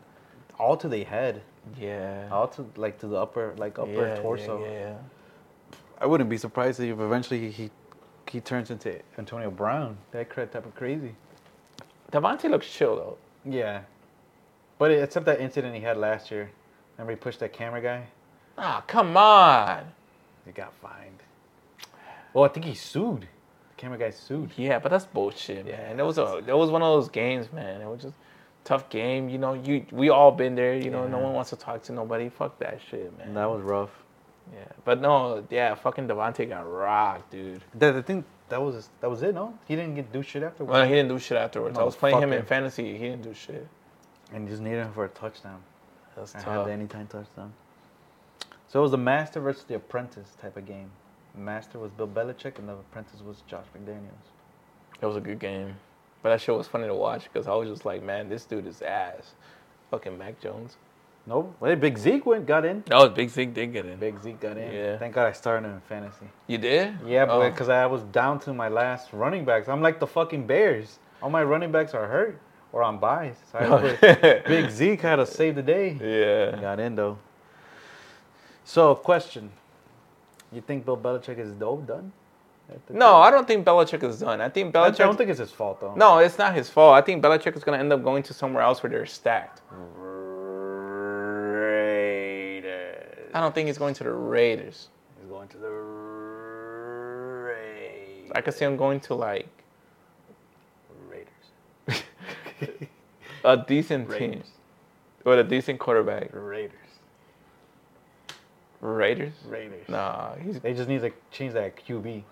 S2: all to the head,
S3: Yeah.
S2: all to like to the upper, like upper
S3: yeah, yeah,
S2: torso.
S3: Yeah, yeah.
S2: I wouldn't be surprised if eventually he he turns into Antonio Brown, that cra- type of crazy.
S3: Devontae looks chill though.
S2: Yeah, but it, except that incident he had last year, remember he pushed that camera guy?
S3: Ah, come on.
S2: He got fined. Well, I think he sued. The camera guy sued.
S3: Yeah, but that's bullshit,
S2: Yeah,
S3: man. That was a that was one of those games, man. It was just tough game. You know, you we all been there. You know, no
S2: Yeah.
S3: one wants to talk to nobody. Fuck that shit, man.
S2: And that was rough.
S3: Yeah, but no, yeah, fucking Devontae got rocked, dude.
S2: That I think that was that was it. No, he didn't get do shit afterwards.
S3: Well, he didn't do shit afterwards. I was playing him in
S2: Motherfucker.
S3: fantasy. He didn't do shit.
S2: And you just needed him for a touchdown.
S3: That's
S2: I had
S3: tough.
S2: the anytime touchdown. So it was the master versus the apprentice type of game. The master was Bill Belichick, and the apprentice was Josh McDaniels.
S3: It was a good game, but that shit was funny to watch because I was just like, man, this dude is ass. Fucking Mac Jones.
S2: Nope. Well, Big Zeke went, got in.
S3: That was Big Zeke did get in.
S2: Big Zeke got in.
S3: Yeah.
S2: Thank God I started him in fantasy.
S3: You did?
S2: Yeah,
S3: Oh.
S2: but because I was down to my last running backs. I'm like the fucking Bears. All my running backs are hurt or on buys.
S3: [laughs]
S2: So I had to put Big Zeke had to save the day.
S3: Yeah.
S2: Got in though. So question: You think Bill Belichick is dope done? After
S3: No, I don't think Belichick is done. I think
S2: I
S3: Belichick.
S2: don't think it's his fault though.
S3: No, it's not his fault. I think Belichick is going to end up going to somewhere else where they're stacked.
S2: Raiders.
S3: I don't think he's going to the Raiders.
S2: He's going to the Raiders.
S3: I could see him going to like
S2: Raiders.
S3: a decent team
S2: Raiders.
S3: with a decent quarterback.
S2: Raiders.
S3: Raiders?
S2: Raiders.
S3: Nah, he's
S2: They just need to change that QB.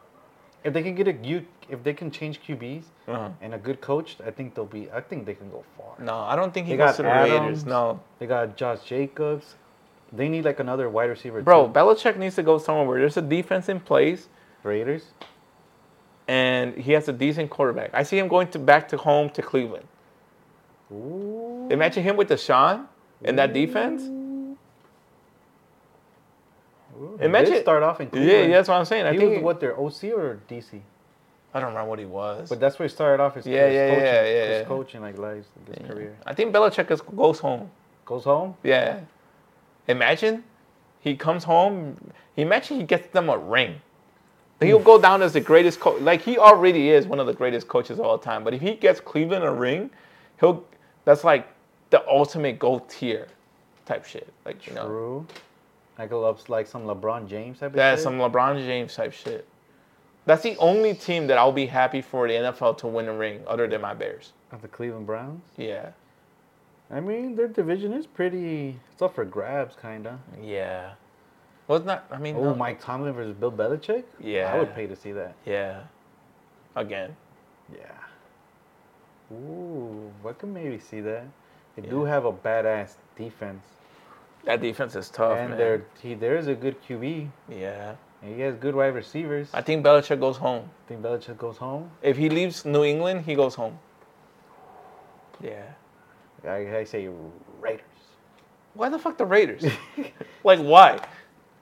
S2: If they can get a U, if they can change QBs
S3: Uh-huh.
S2: and a good coach, I think they'll be. I think they can go far.
S3: no. I don't think he
S2: They
S3: goes
S2: got
S3: to the
S2: Adams.
S3: Raiders. No,
S2: They got Josh Jacobs. They need like another wide receiver.
S3: bro,
S2: too.
S3: Belichick needs to go somewhere where there's a defense in place
S2: Raiders.
S3: and he has a decent quarterback. I see him going to back to home to Cleveland.
S2: Ooh.
S3: Imagine him with Deshaun and that defense.
S2: Ooh,
S3: Imagine-
S2: they start off in Cleveland.
S3: Yeah, that's what I'm saying. I
S2: he
S3: think
S2: was what their OC or DC,
S3: I don't remember what he was.
S2: but that's where he started off his,
S3: Yeah,
S2: his
S3: yeah,
S2: coaching,
S3: yeah, yeah,
S2: his
S3: yeah.
S2: coaching like lives, like, his career.
S3: I think Belichick is, goes home.
S2: Goes home.
S3: Yeah. Imagine he comes home. Imagine he gets them a ring. He'll go down as the greatest coach. Like he already is one of the greatest coaches of all time. But if he gets Cleveland a ring, he'll. That's like the ultimate gold tier, type shit. Like you know,
S2: True. Like a, like some LeBron James type of
S3: that's
S2: shit.
S3: some LeBron James type shit. That's the only team that I'll be happy for the NFL to win a ring, other than my Bears.
S2: Of the Cleveland Browns.
S3: Yeah.
S2: I mean, their division is pretty. It's up for grabs, kinda.
S3: Yeah. Well, it's not. I mean.
S2: Oh,
S3: no-
S2: Mike Tomlin versus Bill Belichick. I
S3: Yeah.
S2: would pay to see that.
S3: Yeah. Again.
S2: Yeah. Ooh, I can maybe see that. They do have a badass defense,
S3: That defense is tough,
S2: and
S3: Oh, man.
S2: there he there is a good QB,
S3: yeah.
S2: and he has good wide receivers.
S3: I think Belichick goes home.
S2: I think Belichick goes home.
S3: If he leaves New England, he goes home. Yeah.
S2: I, I say Raiders.
S3: Why the fuck the Raiders? like why?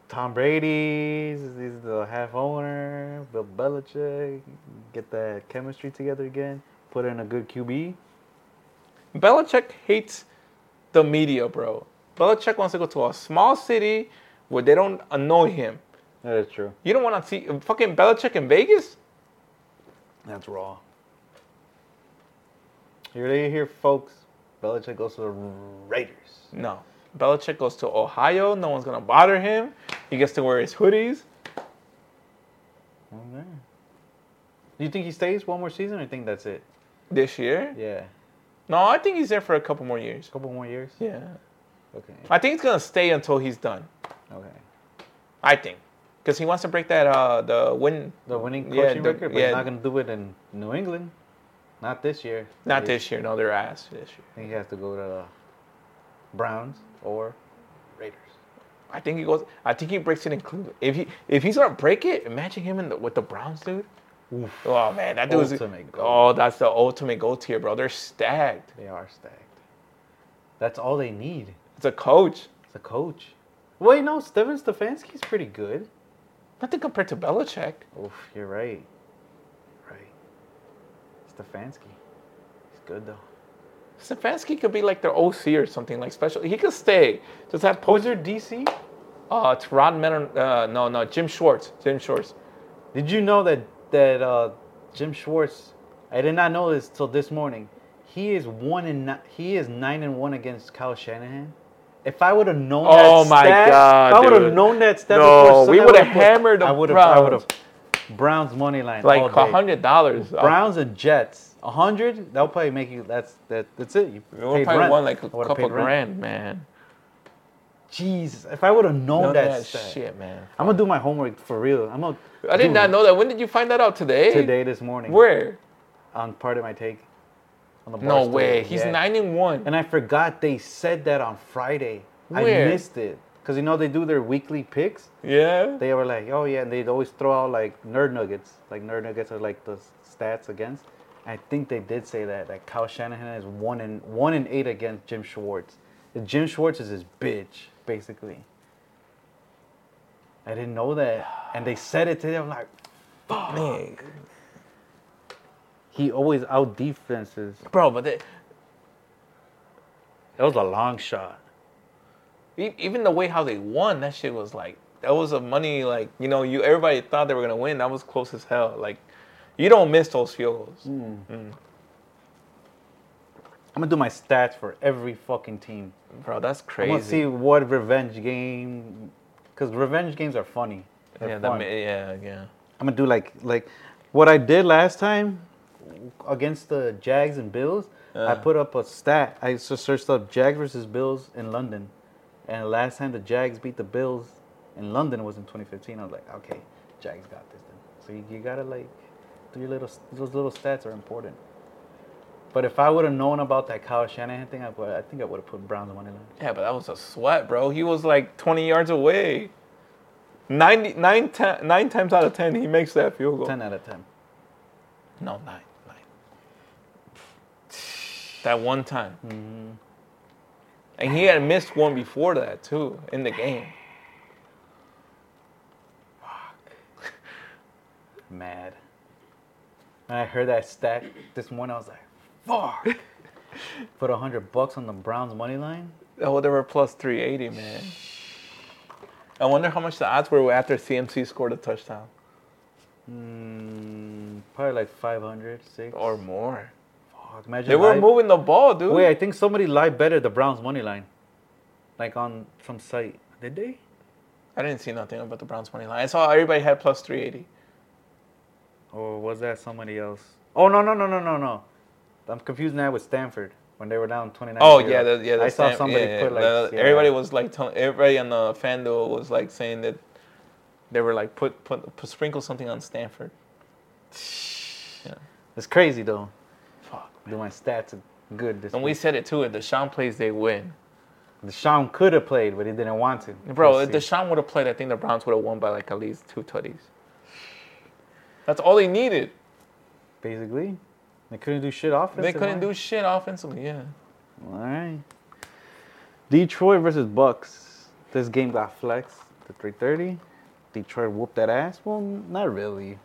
S2: Tom Brady's he's the half owner. Bill Belichick get that chemistry together again. Put in a good QB.
S3: Belichick hates the media, bro. Belichick wants to go to a small city where they don't annoy him.
S2: That is true.
S3: You don't want to see fucking Belichick in Vegas?
S2: That's raw. Here they here, folks. Belichick goes to the Raiders.
S3: No. Belichick goes to Ohio. No one's gonna bother him. He gets to wear his hoodies.
S2: Okay. Do you think he stays one more season? Or you think that's it?
S3: This year?
S2: Yeah,
S3: No, I think he's there for a couple more years.
S2: a couple more years.
S3: Yeah.
S2: Okay.
S3: I think he's gonna stay until he's done.
S2: Okay.
S3: I think, because he wants to break that uh the win.
S2: The winning coaching
S3: Yeah, the-
S2: record, but
S3: yeah.
S2: he's not gonna do it in New England. Not this year.
S3: Not
S2: He-
S3: this year. No, their ass this year.
S2: I think he has to go to the Browns or Raiders.
S3: I think he goes. I think he breaks it in Cleveland. If he if he's gonna break it, imagine him in the, with the Browns, dude.
S2: Oof.
S3: Oh man, that dude's
S2: Ultimate goal.
S3: oh that's the ultimate goal tier, bro. They're stacked.
S2: They are stacked. That's all they need.
S3: It's a coach.
S2: It's a coach. Well, you know, Steven Stefanski's pretty good.
S3: Nothing compared to Belichick.
S2: Oof, you're right. Right. Stefanski. He's good though.
S3: Stefanski could be like their OC or something like special. He could stay. Just have
S2: Who's
S3: post.
S2: their DC?
S3: Uh, it's Ron Menon. Uh, no, no, Jim Schwartz. Jim Schwartz.
S2: Did you know that that uh, Jim Schwartz? I did not know this till this morning. He is one and ni- he is nine and one against Kyle Shanahan. If I would have known
S3: Oh
S2: that
S3: my
S2: stat,
S3: God,
S2: if I would have
S3: dude.
S2: known that stat
S3: No,
S2: before,
S3: we
S2: Sunday, I
S3: would've
S2: would've put-
S3: hammered the
S2: I would've- I
S3: Browns.
S2: would've- Browns money line, all
S3: Like
S2: day.
S3: hundred uh, dollars.
S2: Browns and Jets, a hundred. That'll probably make you. That's that. That's it. You
S3: We
S2: paid
S3: probably
S2: rent.
S3: won like a
S2: I would've
S3: couple
S2: paid rent.
S3: grand, man.
S2: Jesus, if I would have known
S3: None of
S2: that,
S3: that
S2: stat.
S3: shit, man.
S2: I'm gonna do my homework for real. I'm gonna.
S3: I did
S2: do
S3: not know that. When did you find that out today?
S2: Today, this morning.
S3: Where?
S2: on part of my take. On the
S3: No
S2: Barstool.
S3: way. He's
S2: Yeah.
S3: nine and one.
S2: And I forgot they said that on Friday.
S3: Where?
S2: I missed it because you know they do their weekly picks.
S3: Yeah.
S2: They were like, oh yeah, and they'd always throw out like nerd nuggets. Like nerd nuggets are like the s- stats against. I think they did say that that Kyle Shanahan is one and one and eight against Jim Schwartz. And Jim Schwartz is his bitch, basically. I didn't know that, and they said it today. I'm like, Oh.
S3: Nick.
S2: he always out defenses.
S3: Bro, but they,
S2: That was a long shot.
S3: e- even the way how they won, that shit was like that was a money like you know you everybody thought they were gonna win. That was close as hell. Like you don't miss those field goals.
S2: Mm. I'm gonna do my stats for every fucking team.
S3: Bro, that's
S2: I
S3: crazy.
S2: want to see what revenge game, because revenge games are funny. They're
S3: yeah, that,
S2: fun.
S3: ma- yeah, yeah.
S2: I'm gonna do like like what I did last time against the Jags and Bills. I
S3: Uh.
S2: put up a stat. I s- searched up Jags versus Bills in London, and last time the Jags beat the Bills in London was in 2015. I was like, okay, Jags got this then. So you, you gotta like do your little s- those little stats are important. But if I would have known about that Kyle Shanahan thing, I, would, I think I would have put Browns money line.
S3: Yeah, but that was a sweat, bro. He was like 20 yards away. 90, nine, ti- nine times out of 10, he makes that field goal.
S2: Ten out of ten.
S3: No, nine. Nine. That one time. Mm-hmm. And he had missed one before that, too, in the game.
S2: mad. When I heard that stat this morning, I was like,
S3: [laughs]
S2: fuck. Put a hundred bucks on the Browns money line.
S3: Oh, they were plus 380, man. I wonder how much the odds were after CMC scored a touchdown
S2: Mm, probably like 500, six.
S3: or more.
S2: fuck, imagine.
S3: They were
S2: live-
S3: moving the ball, dude.
S2: Wait, I think somebody lied better the Browns money line, like on some site. Did they?
S3: I didn't see nothing about the Browns money line. I saw everybody had plus 380.
S2: or was that somebody else? Oh no no no no no no! I'm confused now with Stanford when they were down 29.
S3: Oh yeah, the, yeah. The
S2: I saw
S3: stamp-
S2: somebody
S3: yeah,
S2: put like
S3: the-
S2: yeah.
S3: everybody was like telling everybody on the FanDuel was like saying that they were like put put, put sprinkle something on Stanford. Yeah.
S2: It's crazy though.
S3: Fuck.
S2: Do my stats are good this
S3: And we
S2: week.
S3: said it too. If Deshaun plays, they win.
S2: Deshaun could have played, but he didn't want to.
S3: Bro, if
S2: Let's see.
S3: Deshaun would have played, I think the Browns would have won by like at least two tutties. That's all they needed.
S2: basically, they couldn't do shit offensively.
S3: They couldn't do shit offensively. Yeah.
S2: All right. Detroit versus Bucks. This game got flexed to 3:30. Detroit whooped that ass. Well, not really.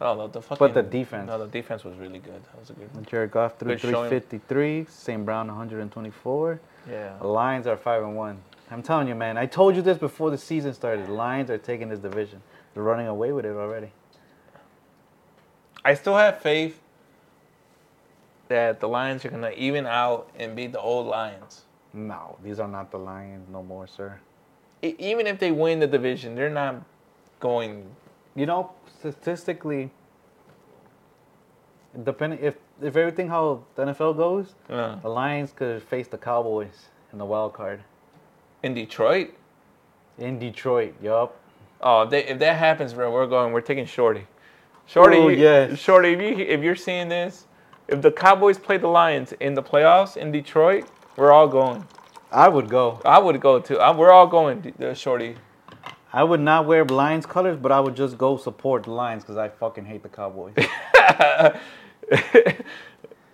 S3: Oh, the, the fucking.
S2: the defense.
S3: No, the defense was really good. That was a good. One.
S2: Jared Goff threw
S3: Good showing.
S2: 353. St. Brown 124.
S3: Yeah.
S2: The Lions are five and one. I'm telling you, man. I told you this before the season started. The Lions are taking this division. They're running away with it already.
S3: I still have faith that the Lions are gonna even out and beat the old Lions.
S2: No, these are not the Lions no more, sir.
S3: E- even if they win the division, they're not going.
S2: You know, statistically, depending if if everything how the NFL goes,
S3: Uh,
S2: the Lions could face the Cowboys in the wild card
S3: in Detroit,
S2: in Detroit. Yup.
S3: oh, if, they, if that happens, bro, we're going. We're taking Shorty. Shorty,
S2: Ooh, Oh, yes.
S3: Shorty. If you if you're seeing this, if the Cowboys play the Lions in the playoffs in Detroit, we're all going.
S2: I would go.
S3: I would go too. I, we're all going, D- uh, Shorty.
S2: I would not wear Lions colors, but I would just go support the Lions because I fucking hate the Cowboys.
S3: [laughs]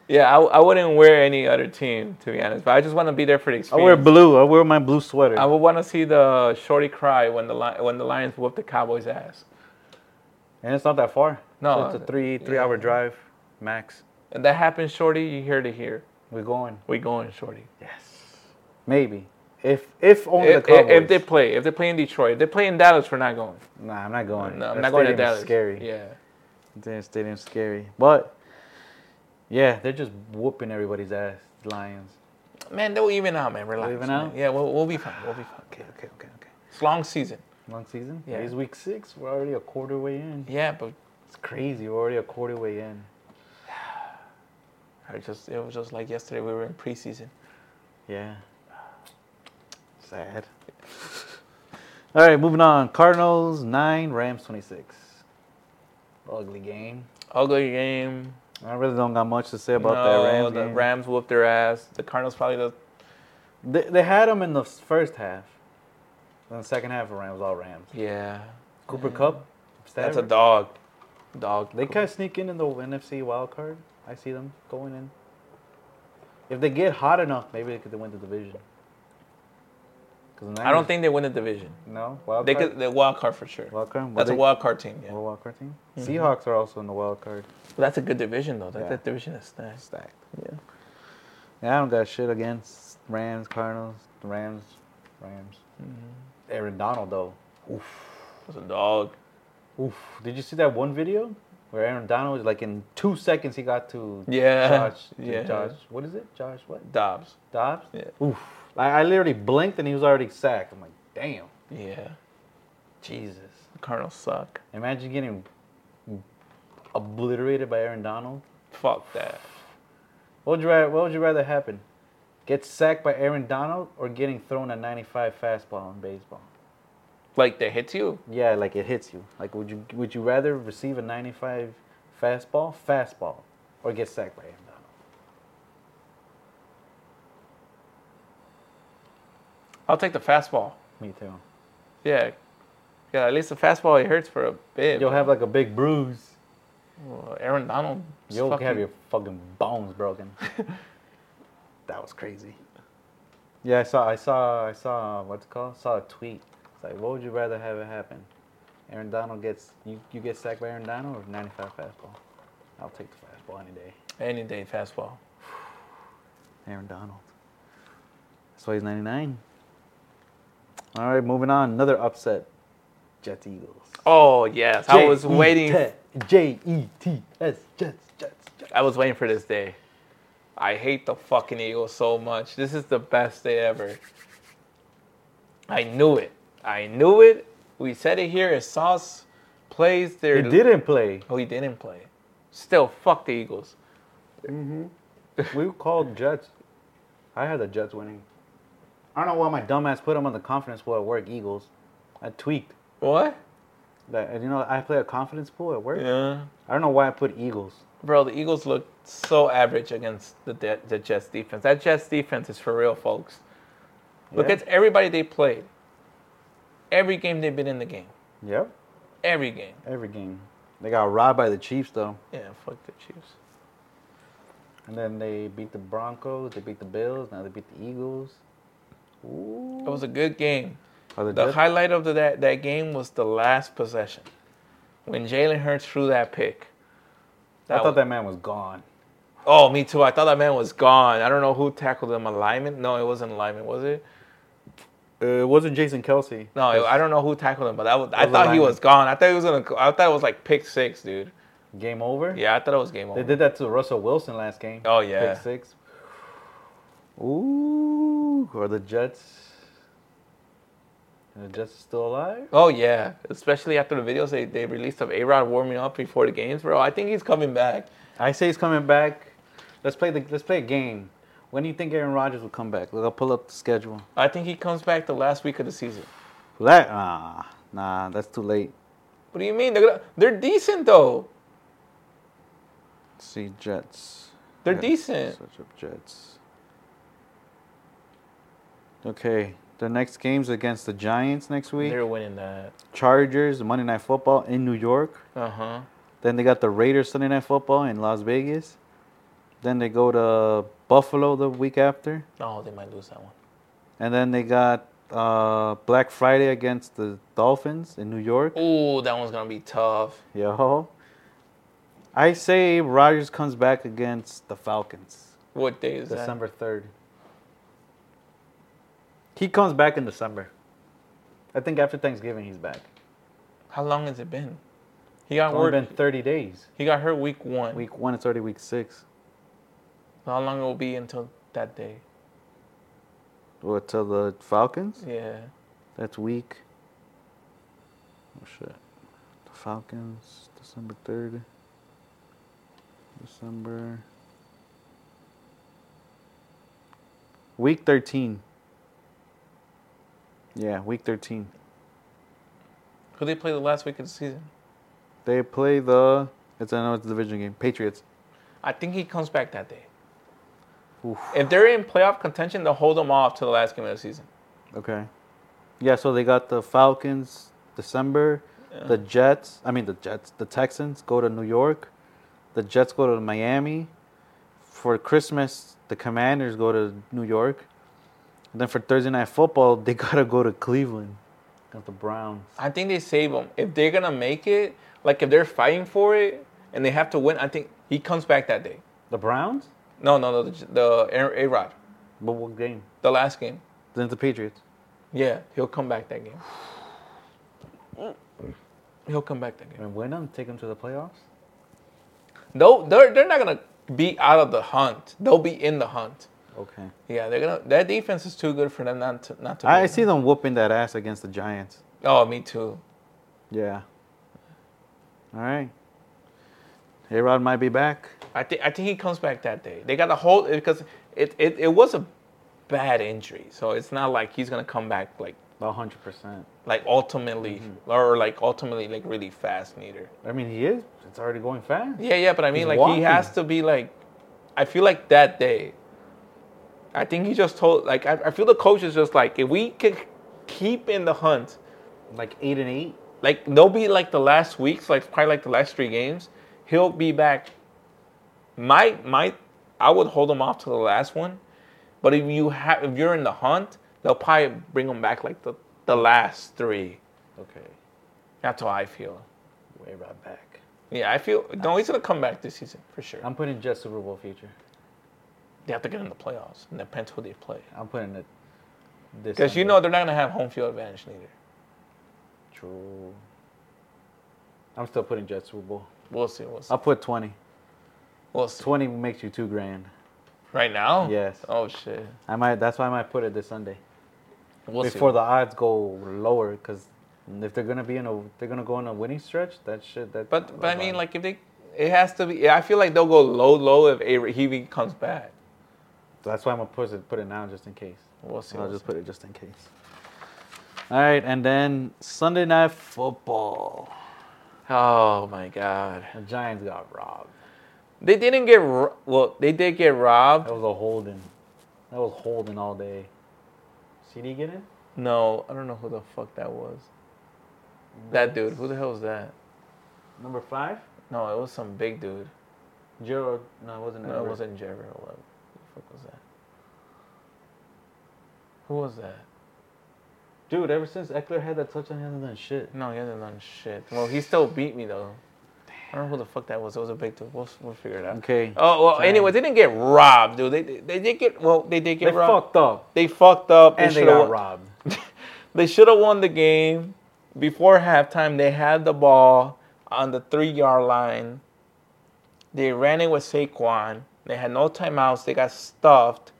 S3: Yeah, I, I wouldn't wear any other team to be honest, but I just want to be there for the
S2: I
S3: experience.
S2: wear blue. I wear my blue sweater.
S3: I would want to see the Shorty cry when the Li- when the Lions whoop the Cowboys' ass.
S2: And it's not that far.
S3: No,
S2: so it's a three
S3: yeah.
S2: three hour drive, max.
S3: If that happens, Shorty, you hear to hear.
S2: We're going.
S3: We going, Shorty.
S2: Maybe if if only
S3: If,
S2: the Cowboys.
S3: if they play, if they play in Detroit, if they play in Dallas, we're not going.
S2: nah, I'm not going.
S3: No, I'm
S2: That
S3: not going to
S2: stadium is
S3: Dallas.
S2: Scary.
S3: Yeah.
S2: Damn stadium's scary. But yeah, they're just whooping everybody's ass. Lions.
S3: Man, they'll even out, man. Relax.
S2: even
S3: man.
S2: out?
S3: Yeah, we'll, we'll be fine. We'll be fine.
S2: Okay, okay, okay, okay.
S3: It's long season.
S2: Long season.
S3: Yeah.
S2: It's week six. We're already a quarter way in.
S3: Yeah, but
S2: It's crazy. We're already a quarter way in.
S3: I just it was just like yesterday. We were in preseason.
S2: Yeah. Sad. [laughs] All right, moving on. Cardinals nine, Rams twenty six. Ugly game.
S3: Ugly game.
S2: I really don't got much to say about
S3: No,
S2: that Rams
S3: the
S2: game.
S3: Rams whooped their ass. The Cardinals probably the
S2: they, they had them in the s- first half. Then the second half, the Rams all Rams.
S3: yeah.
S2: Cooper Cup,
S3: That's a dog. Dog.
S2: They kind of sneak in in the NFC wild card. I see them going in. If they get hot enough, maybe they could win the division. 'Cause the
S3: I don't
S2: Niners-
S3: think they win the division.
S2: no wild
S3: They
S2: card.
S3: could the wild card for sure.
S2: wild card. Well,
S3: That's a
S2: they-
S3: wild Mm-hmm. card team. Yeah.
S2: Well, wild card team. Seahawks are also in the wild card.
S3: That's a good division though. That,
S2: Yeah.
S3: that division is stacked.
S2: Stacked.
S3: Yeah.
S2: Yeah, I don't got shit against Rams, Cardinals, Rams, Rams.
S3: Mm-hmm.
S2: Aaron Donald though.
S3: That's a dog.
S2: Oof. Did you see that one video where Aaron Donald was like in two seconds he got to
S3: Yeah.
S2: Josh to
S3: [laughs] Yeah.
S2: Josh what is it? Josh what?
S3: Dobbs.
S2: Dobbs?
S3: Yeah.
S2: Oof. I, I literally blinked and he was already sacked. I'm like, damn.
S3: Yeah.
S2: Jesus.
S3: The Cardinals suck.
S2: Imagine getting obliterated by Aaron Donald.
S3: Fuck that.
S2: What would you rather, what would you rather happen? Get sacked by Aaron Donald or getting thrown a 95 fastball in baseball?
S3: Like they hit you.
S2: Yeah, like it hits you. Like would you would you rather receive a 95 fastball, fastball, or get sacked by Aaron Donald?
S3: I'll take the fastball.
S2: Me too.
S3: Yeah. Yeah. At least the fastball it hurts for a bit.
S2: You'll have like a big bruise.
S3: Well, Aaron Donald. is
S2: You'll
S3: fucking-
S2: have your fucking bones broken. [laughs] that was crazy. Yeah, I saw, I saw, I saw. What's it called? Saw a tweet. It's like, what would you rather have it happen? Aaron Donald gets you, you get sacked by Aaron Donald or 95 fastball. I'll take the fastball any day.
S3: any day fastball.
S2: Aaron Donald. That's why he's 99. All right, moving on. Another upset. Jets Eagles.
S3: Oh yes, I
S2: E
S3: was waiting.
S2: J E T S Jets Jets Jets.
S3: I was waiting for this day. I hate the fucking Eagles so much. This is the best day ever. I knew it. I knew it. We said it here. It's sauce. plays their.
S2: He didn't play.
S3: Oh, he didn't play. Still, fuck the Eagles.
S2: We called Jets. I had the Jets winning. I don't know why my dumbass put him on the confidence pool at work, Eagles. I tweaked.
S3: What?
S2: That, and you know, I play a confidence pool at work.
S3: Yeah.
S2: I don't know why I put Eagles.
S3: Bro, the Eagles look so average against the, De- the Jets defense. That Jets defense is for real, folks. Look
S2: Yeah.
S3: at everybody they played. Every game they've been in the game.
S2: Yep.
S3: Every game.
S2: Every game. They got robbed by the Chiefs, though.
S3: Yeah, fuck the Chiefs.
S2: And then they beat the Broncos. They beat the Bills. Now they beat the Eagles. Ooh.
S3: It was a good game.
S2: Are Oh, the
S3: The
S2: Jets-
S3: highlight of the, that, that game was the last possession. When Jalen Hurts threw that pick.
S2: I
S3: That
S2: thought
S3: was-
S2: that man was gone.
S3: Oh, me too. I thought that man was gone. I don't know who tackled him. Alignment? No, it wasn't alignment, was it?
S2: Uh, it wasn't Jason Kelsey.
S3: No, I don't know who tackled him, but that was, I
S2: was
S3: thought he
S2: alignment.
S3: was gone. I thought he was gonna. I thought it was like pick six, dude.
S2: Game over.
S3: Yeah, I thought it was game
S2: They
S3: over.
S2: did that to Russell Wilson last game.
S3: Oh, yeah.
S2: Pick six. Ooh. Are the Jets? Are the Jets still alive?
S3: Oh yeah, especially after the videos they, they released of A Rod warming up before the games, bro. I think he's coming back.
S2: I say he's coming back. Let's play the. Let's play a game. When do you think Aaron Rodgers will come back? Look, I'll pull up the schedule.
S3: I think he comes back the last week of the season.
S2: That nah, nah, that's too late.
S3: What do you mean? They're gonna, they're decent though.
S2: Let's see Jets.
S3: They're
S2: Jets,
S3: decent.
S2: Search up Jets. Okay, the next game's against the Giants next week.
S3: They're winning that.
S2: Chargers Monday Night Football in New York.
S3: Uh huh.
S2: Then they got the Raiders Sunday Night Football in Las Vegas. Then they go to Buffalo the week after.
S3: Oh, they might lose that one.
S2: And then they got uh, Black Friday against the Dolphins in New York.
S3: Ooh, that one's gonna be tough.
S2: Yo. I say Rodgers comes back against the Falcons
S3: What day is
S2: December 3rd. He comes back in December. I think after Thanksgiving he's back.
S3: that? How long has it been? He got
S2: It's only
S3: word.
S2: been 30 days.
S3: He got hurt week one.
S2: Week 1 it's already week 6.
S3: How long it will be until that day?
S2: What to the Falcons?
S3: Yeah.
S2: That's week. Oh shit. The Falcons, December third. December. Week thirteen. Yeah, week thirteen.
S3: Who they play the last week of the season?
S2: They play the. It's I know it's a division game. Patriots.
S3: I think he comes back that day.
S2: Oof.
S3: If they're in playoff contention, they'll hold them off to the last game of the season.
S2: Okay. Yeah, so they got the Falcons December, the Jets, I mean the Jets, the Texans go to New York, the Jets go to Miami. For Christmas, the Commanders go to New York. And then for Thursday night football, they [laughs] got to go to Cleveland against the Browns.
S3: I think they save him. If they're gonna make it, like if they're fighting for it and they have to win, I think he comes back that day.
S2: The Browns?
S3: No, no, no, the, the A Rod,
S2: But what game?
S3: the last game.
S2: Then the Patriots.
S3: Yeah, he'll come back that game. [sighs] He'll come back that game.
S2: And win them, take them to the playoffs?
S3: Though they're they're not gonna be out of the hunt. They'll be in the hunt.
S2: Okay.
S3: Yeah, they're gonna. That defense is too good for them not to not to.
S2: I, I
S3: be-
S2: see them whooping that ass against the Giants.
S3: Oh, me too.
S2: Yeah. All right. A Rod might be back.
S3: I think I think he comes back that day. They got to hold because it, it it was a bad injury, so it's not like he's gonna come back like
S2: A hundred percent.
S3: like ultimately or like ultimately like really fast neither.
S2: I mean, he is. It's already going fast.
S3: Yeah, yeah, but I mean
S2: He's
S3: like
S2: walking.
S3: he has to be like, I feel like that day. I think he just told like I, I feel the coach is just like if we could keep in the hunt,
S2: Like eight and eight.
S3: like they'll be like the last weeks, like probably like the last three games. He'll be back. My my, I would hold him off to the last one, but if you have if you're in the hunt, they'll probably bring him back like the the last three.
S2: Okay,
S3: That's how I feel.
S2: way right back.
S3: Yeah, I feel no, he's gonna come back this season for sure.
S2: I'm putting just Super Bowl future.
S3: They have to get in the playoffs, and depends who they play.
S2: I'm putting it. This
S3: Because you
S2: Sunday.
S3: know they're not gonna have home field advantage neither.
S2: True. I'm still putting Jets Super Bowl.
S3: We'll see. We'll see.
S2: I'll put 20.
S3: We'll see.
S2: 20 makes you two grand.
S3: Right now?
S2: Yes.
S3: Oh shit.
S2: I might. That's why I might put it this Sunday
S3: We'll
S2: before
S3: see.
S2: the odds go lower because If they're gonna be in a, they're gonna go on a winning stretch. That shit. That.
S3: But but I mean, like if they, it has to be. I feel like they'll go low, low if A- he comes back.
S2: That's why I'm gonna put it put it now just in case.
S3: We'll see.
S2: I'll just put it just in case. All right, and then Sunday night football.
S3: Oh my God!
S2: The Giants got robbed.
S3: They didn't get ro- well. They did get robbed.
S2: That was a holding. That was holding all day. CD get in?
S3: No, I don't know who the fuck that was. That dude. Who the hell was that?
S2: Number five?
S3: No, it was some big dude.
S2: Gerald. No, it wasn't.
S3: No, it
S2: Everett.
S3: wasn't Jerry. or Whatever. Who the fuck was that? Who was that?
S2: Dude, ever since Eckler had that touchdown, he hasn't done shit.
S3: No, he hasn't done shit. Well, he still beat me though. I don't know who the fuck that was. It was a big dude. We'll, we'll figure it out.
S2: Okay.
S3: Oh well.
S2: Damn.
S3: Anyway, they didn't get robbed, dude. They they, they did get well. They did
S2: They
S3: get robbed.
S2: fucked up.
S3: They fucked up.
S2: And they
S3: should've
S2: got
S3: won-
S2: robbed.
S3: [laughs] They should have won the game before halftime. They had the ball on the three yard line. They ran it with Saquon. They had no timeouts. They got stuffed,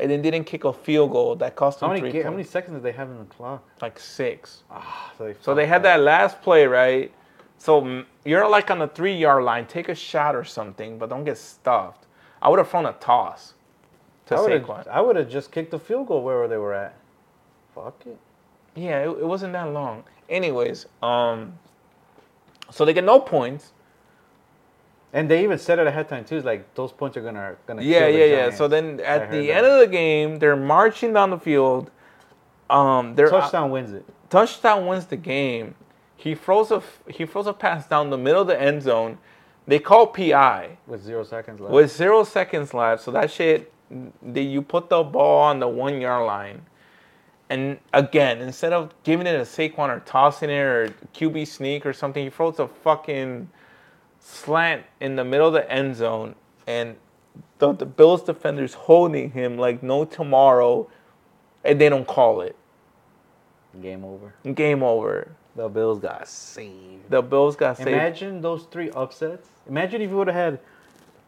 S3: and they didn't kick a field goal that cost them
S2: How many
S3: three
S2: ga- how many
S3: points.
S2: seconds did they have in the clock? [sighs]
S3: like six.
S2: Ah, so they,
S3: So they had that last play, right? So mm, you're like on the three yard line. Take a shot or something, but don't get stuffed. I would have thrown a toss to Saquon.
S2: I would have just kicked the field goal wherever they were at. Fuck it.
S3: Yeah, it, it wasn't that long. Anyways, um, so they get no points.
S2: And they even said it at halftime too. It's like those points are gonna gonna.
S3: Yeah,
S2: kill the
S3: yeah, yeah.
S2: Giants.
S3: So then
S2: I
S3: at
S2: heard
S3: the
S2: that.
S3: end of the game, they're marching down the field. Um, they're
S2: touchdown wins it.
S3: touchdown wins the game. He throws a f- he throws a pass down the middle of the end zone. They call PI.
S2: with zero seconds left.
S3: with zero seconds left, so that shit, the, you put the ball on the one yard line, and again, instead of giving it to Saquon or tossing it or QB sneak or something, he throws a fucking slant in the middle of the end zone, and the, the Bills defenders holding him like no tomorrow, and they don't call it.
S2: Game over.
S3: Game over.
S2: The Bills got saved.
S3: The Bills got saved.
S2: Imagine those three upsets. Imagine if you would have had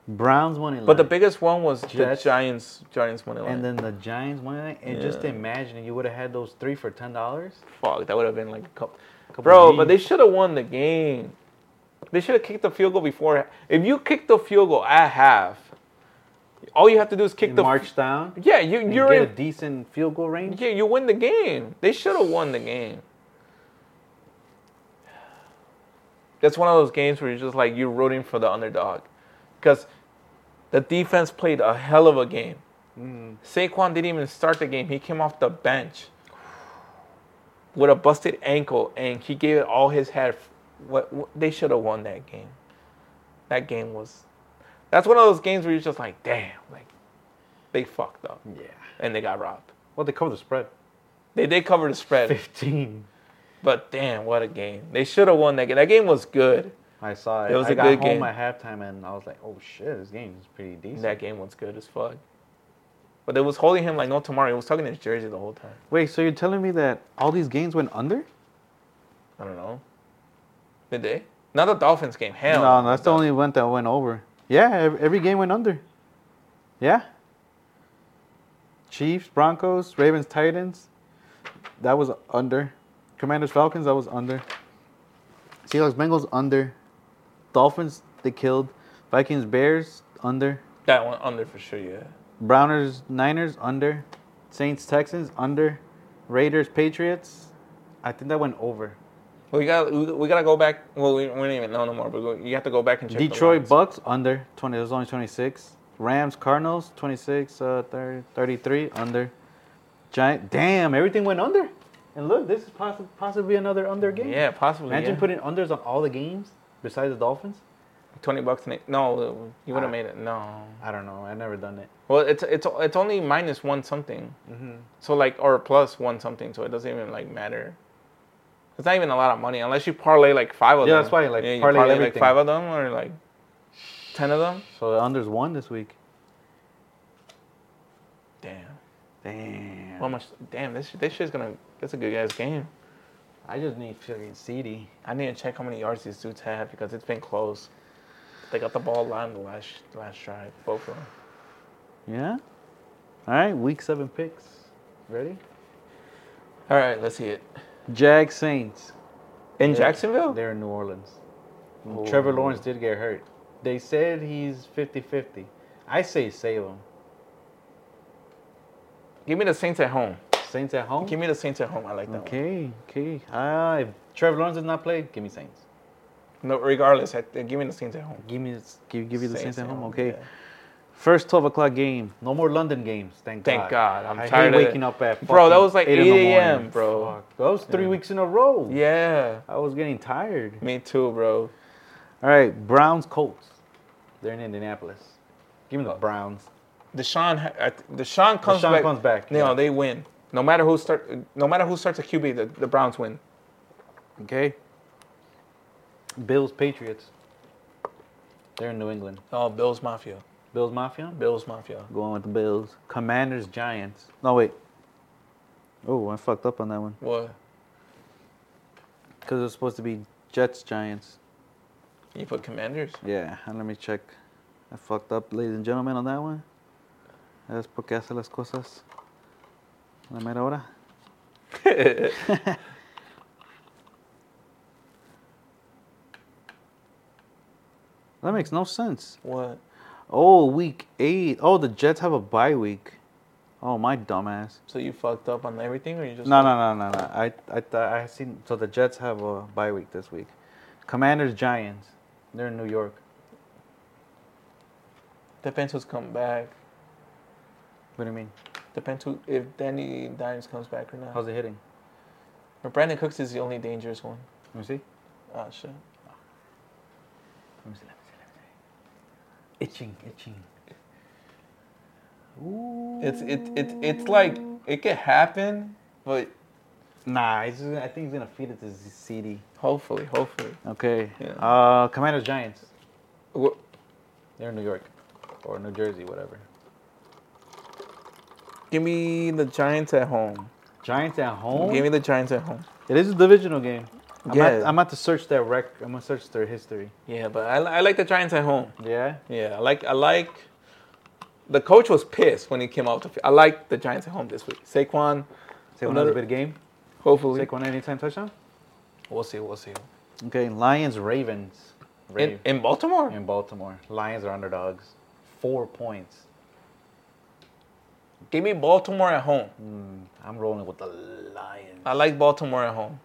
S2: Browns winning,
S3: but the
S2: line,
S3: biggest one was
S2: Jets.
S3: the Giants. Giants money line.
S2: and then the Giants winning, line, and just imagine you would have had those three for ten dollars.
S3: Fuck, that would have been like a couple.
S2: Couple
S3: Bro, but they
S2: Gs.
S3: should have won the game. They should have kicked the field goal before. If you kick the field goal at half, all you have to do is kick
S2: You
S3: the.
S2: march down.
S3: yeah, you
S2: and
S3: you're
S2: get a
S3: in.
S2: decent field goal range.
S3: Yeah, you win the game. They should have won the game. That's one of those games where you're just like you're rooting for the underdog, because the defense played a hell of a game. Saquon didn't even start the game. He came off the bench with a busted ankle, and he gave it all his head. What, what they should have won that game. That game was. That's one of those games where you're just like, damn, like they fucked up
S2: Yeah.
S3: and they got robbed.
S2: Well, they covered the spread.
S3: They did cover the spread,
S2: Fifteen.
S3: but damn, what a game! They should have won that game. That game was good.
S2: I saw it.
S3: It was
S2: I
S3: a
S2: got
S3: good
S2: home
S3: game.
S2: at halftime, and I was like, "Oh shit, this game is pretty decent."
S3: That game was good as fuck. But they was holding him like no tomorrow. He was talking in his jersey the whole time.
S2: Wait, so you're telling me that all these games went under?
S3: I don't know. Did they? Not the Dolphins game. Hell.
S2: No, that's the only one that went over. Yeah, ev- every game went under. Yeah. Chiefs, Broncos, Ravens, Titans. That was under. Commanders, Falcons. That was under. Seahawks, Bengals under. Dolphins they killed. Vikings, Bears under.
S3: That one under for sure. Yeah.
S2: Browners, Niners under. Saints, Texans under. Raiders, Patriots. I think that went over.
S3: We got we, we gotta go back. Well, we, we don't even know no more. But we, you have to go back and check. the
S2: Detroit
S3: lines.
S2: Bucks under 20. It was only 26. Rams Cardinals 26 uh, 30, 33 under. Giant. Damn, everything went under. And look, this is possi- possibly another under game.
S3: Yeah, possibly.
S2: Imagine
S3: yeah.
S2: putting unders on all the games besides the Dolphins.
S3: twenty bucks. In it. No, you would have
S2: Ah.
S3: made it. No.
S2: I don't know. I've never done it.
S3: Well, it's it's it's only minus one something.
S2: Mm-hmm.
S3: So like or plus one something. So it doesn't even like matter. It's not even a lot of money unless you parlay like five of
S2: Yeah,
S3: them.
S2: that's why, like,
S3: you
S2: parlay
S3: like
S2: everything.
S3: five of them or like ten of them.
S2: So the unders won this week.
S3: Damn.
S2: Damn.
S3: How much? Damn. This this shit's gonna. That's a good ass game.
S2: I just need fucking CD.
S3: I need to check how many yards these dudes had because it's been close. They got the ball lined the last last drive, both of them.
S2: Yeah? All right, week seven picks. Ready?
S3: All right, let's see it.
S2: Jag Saints.
S3: In
S2: They're-
S3: Jacksonville?
S2: They're in New Orleans. Trevor Lawrence did get hurt. They said he's 50 50. I say save him.
S3: Give me the Saints at home.
S2: Saints at home?
S3: Give me the Saints at home. I like that one.
S2: Okay, okay. Ah, if Trevor Lawrence does not play, give me Saints.
S3: No, regardless, I, give me the Saints at home.
S2: Give me give, give you the Saints, at home. Okay.
S3: yeah.
S2: First 12 o'clock game. No more London games. Thank God.
S3: Thank God. I'm
S2: I hate
S3: tired of
S2: waking
S3: it.
S2: up at
S3: Bro, that
S2: fucking
S3: was like
S2: 8 in the
S3: 8 a.m.,
S2: morning.
S3: bro.
S2: Fuck. That was three
S3: Yeah.
S2: weeks in a row.
S3: Yeah.
S2: I was getting tired.
S3: Me too, bro.
S2: All right, Browns Colts. They're in Indianapolis. Give me the Browns.
S3: Deshaun, ha- I th- Deshaun comes
S2: Deshaun
S3: back.
S2: Uh, comes back,
S3: No,
S2: yeah.
S3: they win. No matter who start, no matter who starts a QB, the, the Browns win.
S2: Okay. Bills Patriots. They're in New England.
S3: Oh, Bills Mafia.
S2: Bills Mafia.
S3: Bills Mafia.
S2: Going with the Bills. Commanders Giants. No wait. Oh, I fucked up on that one
S3: What?
S2: because it was supposed to be Jets Giants.
S3: You put Commanders?
S2: Yeah, and let me check. I fucked up, ladies and gentlemen, on that one. Es porque hace las cosas a la mera hora. [laughs] That makes no sense.
S3: What?
S2: Oh, week eight. Oh, the Jets have a bye week. Oh, my dumbass.
S3: So you fucked up on everything, or you just
S2: No, no, no, no, no. I, I, th- I seen. So the Jets have a bye week this week. Commanders, Giants. They're in New York.
S3: Depends who's come back.
S2: What do you mean?
S3: Depends who if Danny Dimes comes back or not.
S2: How's it hitting?
S3: But Brandon Cooks is the only dangerous one.
S2: Let me see.
S3: Oh shit.
S2: Let me see. Let me see. Let me see. Itching, itching. Ooh.
S3: It's it, it it's like it could happen, but
S2: Nah, it's just, I think he's gonna feed it to Z- CD.
S3: hopefully, hopefully.
S2: Okay.
S3: Yeah.
S2: Uh, Commanders, Giants.
S3: Wha-
S2: They're in New York, or New Jersey, whatever.
S3: Give me the Giants at home.
S2: Giants at home.
S3: Give me the Giants at home.
S2: It is a divisional game. I'm,
S3: Yeah.
S2: about, I'm about to search their rec. I'm gonna search their history.
S3: Yeah, but I, li- I like the Giants at home.
S2: Yeah.
S3: Yeah, I like I like. The coach was pissed when he came out. To, I like the Giants at home this week. Saquon,
S2: Say one
S3: Another-
S2: another big game.
S3: hopefully.
S2: Saquon anytime touchdown.
S3: We'll see. We'll see.
S2: Okay. Lions Ravens.
S3: In,
S2: Ravens
S3: in Baltimore.
S2: in, Baltimore. Lions are underdogs. Four points.
S3: Give me Baltimore at home.
S2: I'm rolling with the Lions.
S3: I like Baltimore at home.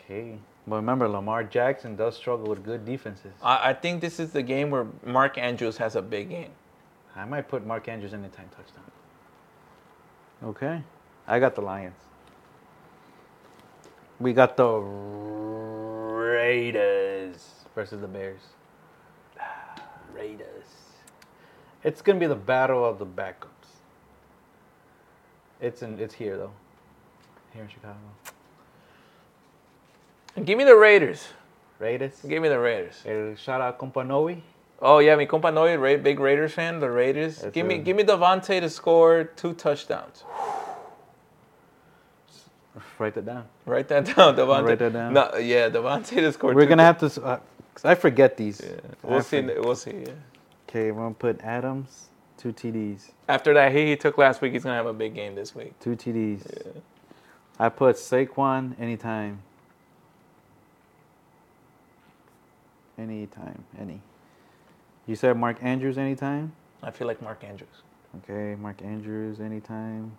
S2: Okay. But remember, Lamar Jackson does struggle with good defenses.
S3: I, I think this is the game where Mark Andrews has a big game.
S2: I might put Mark Andrews anytime touchdown. Okay. I got the Lions. We got the Raiders versus the Bears. [sighs] Raiders. It's gonna be the battle of the backups. It's in it's here though. Here in Chicago.
S3: Give me the Raiders.
S2: Raiders.
S3: Give me the Raiders.
S2: El shout out Companovi.
S3: Oh yeah, mi compa Noy, Ra- big Raiders fan. The Raiders.
S2: That's
S3: give me,
S2: it.
S3: give me Devontae to score two touchdowns.
S2: Write that down.
S3: Write that [laughs] down, Devontae.
S2: write that down.
S3: No, yeah, Devontae to score.
S2: We're
S3: two
S2: gonna have to. s- Uh, 'cause I forget these.
S3: tou- Yeah.
S2: I
S3: We'll see.
S2: forget.
S3: We'll see. Yeah.
S2: Okay, we're gonna put Adams, two TDs,
S3: After that hit he took last week, he's gonna have a big game this week.
S2: two TDs.
S3: Yeah.
S2: I put Saquon anytime. Anytime, any. You said Mark Andrews anytime.
S3: I feel like Mark Andrews.
S2: Okay, Mark Andrews anytime.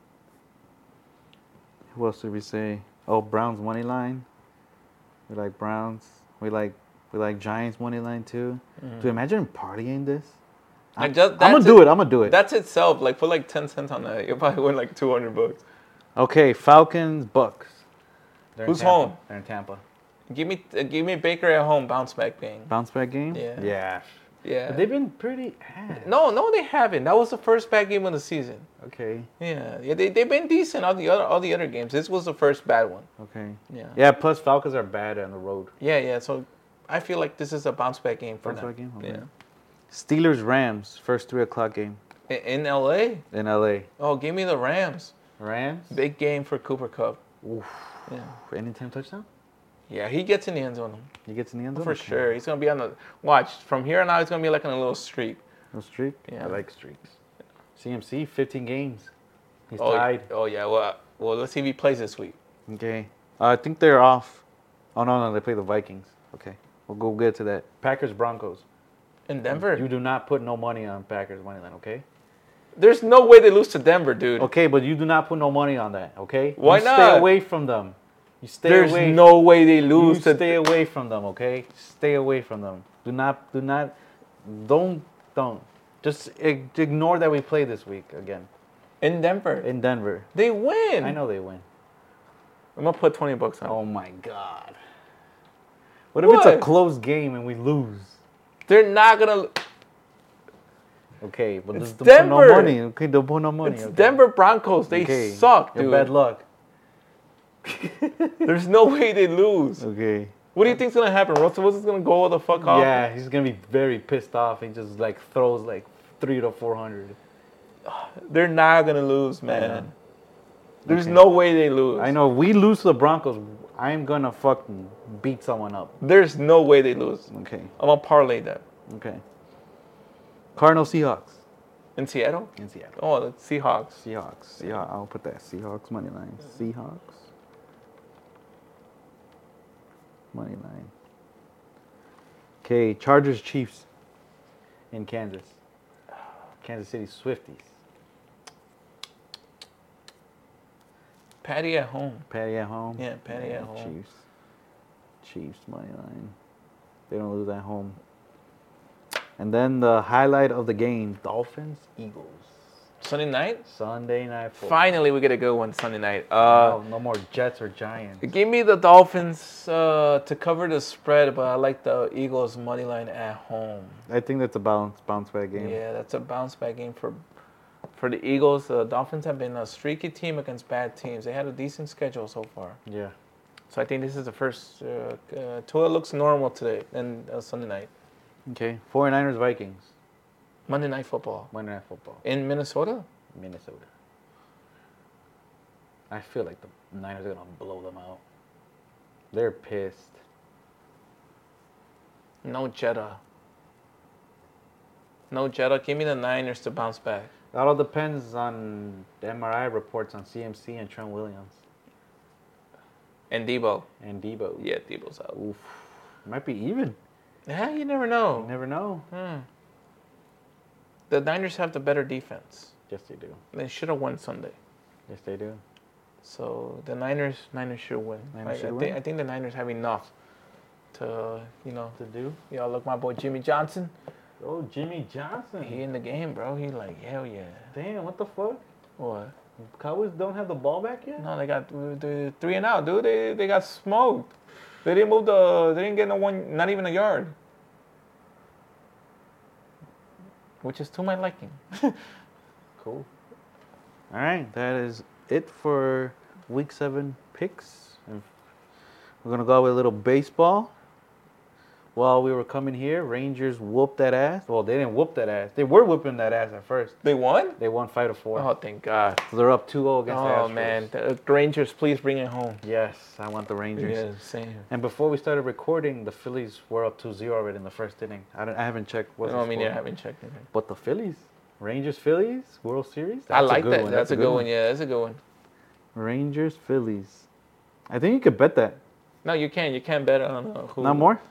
S2: Who else did we say? Oh, Browns money line. We like Browns. We like we like Giants money line too. Dude, imagine partying this.
S3: Like,
S2: I'm,
S3: just-
S2: I'm gonna
S3: Mm-hmm. that's
S2: do
S3: it.
S2: it. I'm gonna do it.
S3: That's itself. Like put like ten cents on that. [laughs] You'll probably win like two hundred bucks.
S2: Okay, Falcons, Bucks. They're in
S3: Who's
S2: Tampa.
S3: home?
S2: They're in Tampa.
S3: Give me, uh, give me Baker at home bounce back game.
S2: Bounce back game.
S3: Yeah.
S2: Yeah.
S3: Yeah.
S2: But they've been pretty ass.
S3: No, no, they haven't. That was the first bad game of the season.
S2: Okay.
S3: Yeah, yeah they they've been decent all the other all the other games. This was the first bad one.
S2: Okay.
S3: Yeah.
S2: Yeah. Plus Falcons are bad on the road.
S3: Yeah, yeah. So I feel like this is a bounce back game for
S2: Bounce
S3: them.
S2: back game? Okay.
S3: Yeah.
S2: Steelers, Rams, first three o'clock game
S3: I- In LA,
S2: in LA.
S3: oh, give me the Rams.
S2: Rams.
S3: Big game for Cooper Cup.
S2: Oof.
S3: Yeah.
S2: Anytime touchdown.
S3: Yeah, he gets in the end zone
S2: He gets in the end zone.
S3: for
S2: Okay.
S3: sure. He's gonna be on the watch from here on out. He's gonna be like on a little streak.
S2: No streak.
S3: Yeah.
S2: I like streaks. CMC, 15 games. He's
S3: Oh,
S2: tied.
S3: oh yeah. Well, uh, well, let's see if he plays this week.
S2: Okay. Uh, I think they're off. Oh no, no, they play the Vikings. Okay, we'll go get to that. Packers Broncos.
S3: In Denver?
S2: You do not put no money on Packers money line, okay?
S3: There's no way they lose to Denver, dude.
S2: Okay, but you do not put no money on that, okay?
S3: Why
S2: you
S3: not?
S2: Stay away from them. You stay
S3: There's
S2: away.
S3: no way they lose
S2: you
S3: to
S2: stay away from them, okay? Stay away from them. Do not, do not, don't, don't. Just ig- ignore that we play this week again
S3: in Denver.
S2: in Denver.
S3: they win.
S2: I know they win.
S3: I'm gonna put 20 bucks on. it.
S2: Oh my god. What if it's a
S3: What?
S2: close game and we lose?
S3: They're not gonna.
S2: Okay, but
S3: It's
S2: don't put no
S3: Denver.
S2: money. Okay, don't put no money.
S3: It's
S2: okay?
S3: Denver Broncos. They
S2: Okay,
S3: suck,
S2: you're
S3: dude.
S2: Bad
S3: [laughs]
S2: luck.
S3: There's no way they lose.
S2: Okay.
S3: What do you think's gonna happen? Russell Wilson's gonna go all the fuck off.
S2: Yeah, he's gonna be very pissed off. He just like throws like three to four hundred.
S3: They're not gonna lose, man. There's
S2: Okay.
S3: no way they lose.
S2: I know. We lose to the Broncos. I'm gonna fucking beat someone up.
S3: There's no way they lose.
S2: Okay.
S3: I'm gonna parlay that
S2: Okay. Cardinal Seahawks
S3: in Seattle.
S2: in Seattle.
S3: Oh, the Seahawks.
S2: Seahawks. Yeah, I'll put that Seahawks money line. Seahawks money line. Okay, Chargers Chiefs in Kansas. Kansas City Swifties.
S3: Patty at home.
S2: Patty at home.
S3: Yeah, Patty at home.
S2: Chiefs. Chiefs money line. They don't lose at home. And then the highlight of the game: Dolphins Eagles.
S3: Sunday night.
S2: Sunday night football.
S3: Finally, we get a good one Sunday night.
S2: No,
S3: Uh,
S2: no more Jets or Giants.
S3: Give me the Dolphins uh, to cover the spread, but I like the Eagles money line at home.
S2: I think that's a bounce bounce back game.
S3: Yeah, that's a bounce back game for for the Eagles. The Dolphins have been a streaky team against bad teams. They had a decent schedule so far,
S2: Yeah.
S3: so I think this is the first. Uh, uh, Tua looks normal today and uh, Sunday night,
S2: Okay. 49ers Vikings.
S3: Monday night football
S2: Monday Night Football.
S3: in Minnesota.
S2: Minnesota. I feel like the Niners are gonna blow them out. They're pissed.
S3: No Jetta. No Jetta. Give me the Niners to bounce back.
S2: That all depends on the MRI reports on CMC and Trent Williams
S3: And Debo.
S2: and Debo.
S3: Yeah, Debo's out.
S2: Oof. Might be even.
S3: Yeah, you never
S2: You
S3: know.
S2: never know.
S3: Hmm. The Niners have the better defense.
S2: Yes, they do.
S3: They should have won Sunday.
S2: Yes, they do.
S3: So the Niners, Niners should win.
S2: Niners
S3: I,
S2: should
S3: I,
S2: win.
S3: Think, I think the Niners have enough to, you know,
S2: To do.
S3: y'all look my boy Jimmy Johnson.
S2: Oh, Jimmy Johnson.
S3: He in the game, bro. He like hell yeah.
S2: Damn, what the fuck?
S3: What?
S2: Cowboys don't have the ball back yet.
S3: No, they got uh, they- three and out, dude. They they got smoked. They didn't move the. They didn't get no one. Not even a yard. Which is to my liking.
S2: Cool. All right, that is it for week seven picks. And We're gonna go with a little baseball. While we were coming here, Rangers whooped that ass. Well, they didn't whoop that ass. They were whooping that ass at first.
S3: They won.
S2: They won five to four.
S3: Oh, thank God.
S2: So they're up 2-0 against the
S3: Oh
S2: Astros.
S3: man, the Rangers, please bring it home.
S2: Yes, I want the Rangers.
S3: Yeah, same.
S2: And before we started recording, the Phillies were up 2-0 already in the first inning. I, don't, I haven't checked what
S3: No, I mean, yeah, I haven't checked it.
S2: But the Phillies, Rangers Phillies World Series.
S3: I
S2: That's a
S3: like
S2: good
S3: that.
S2: one.
S3: That's, a good one. Yeah, that's a good one.
S2: Rangers Phillies. I think you could bet that.
S3: No, you can. You can bet on uh, who.
S2: Not more.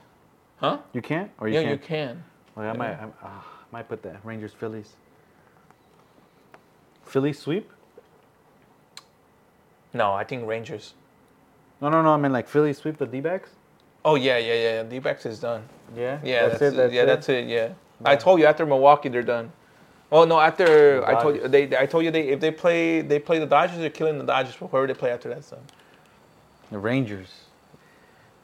S3: Huh?
S2: You can't, or you
S3: Yeah,
S2: can.
S3: you can.
S2: Like, I might, I ah, might put that Rangers Phillies. Phillies sweep?
S3: No, I think Rangers.
S2: No, no, no. I mean like Phillies sweep the D-backs.
S3: Oh yeah, yeah, yeah. D-backs is done.
S2: Yeah.
S3: Yeah, that's, it. yeah, that's it. Yeah. I
S2: Yeah.
S3: told you after Milwaukee, they're done. Oh no, after
S2: The
S3: I told you
S2: Dodgers.
S3: they, I told you they if they play they play the Dodgers, they're killing the Dodgers. But whoever they play after that's done.
S2: The Rangers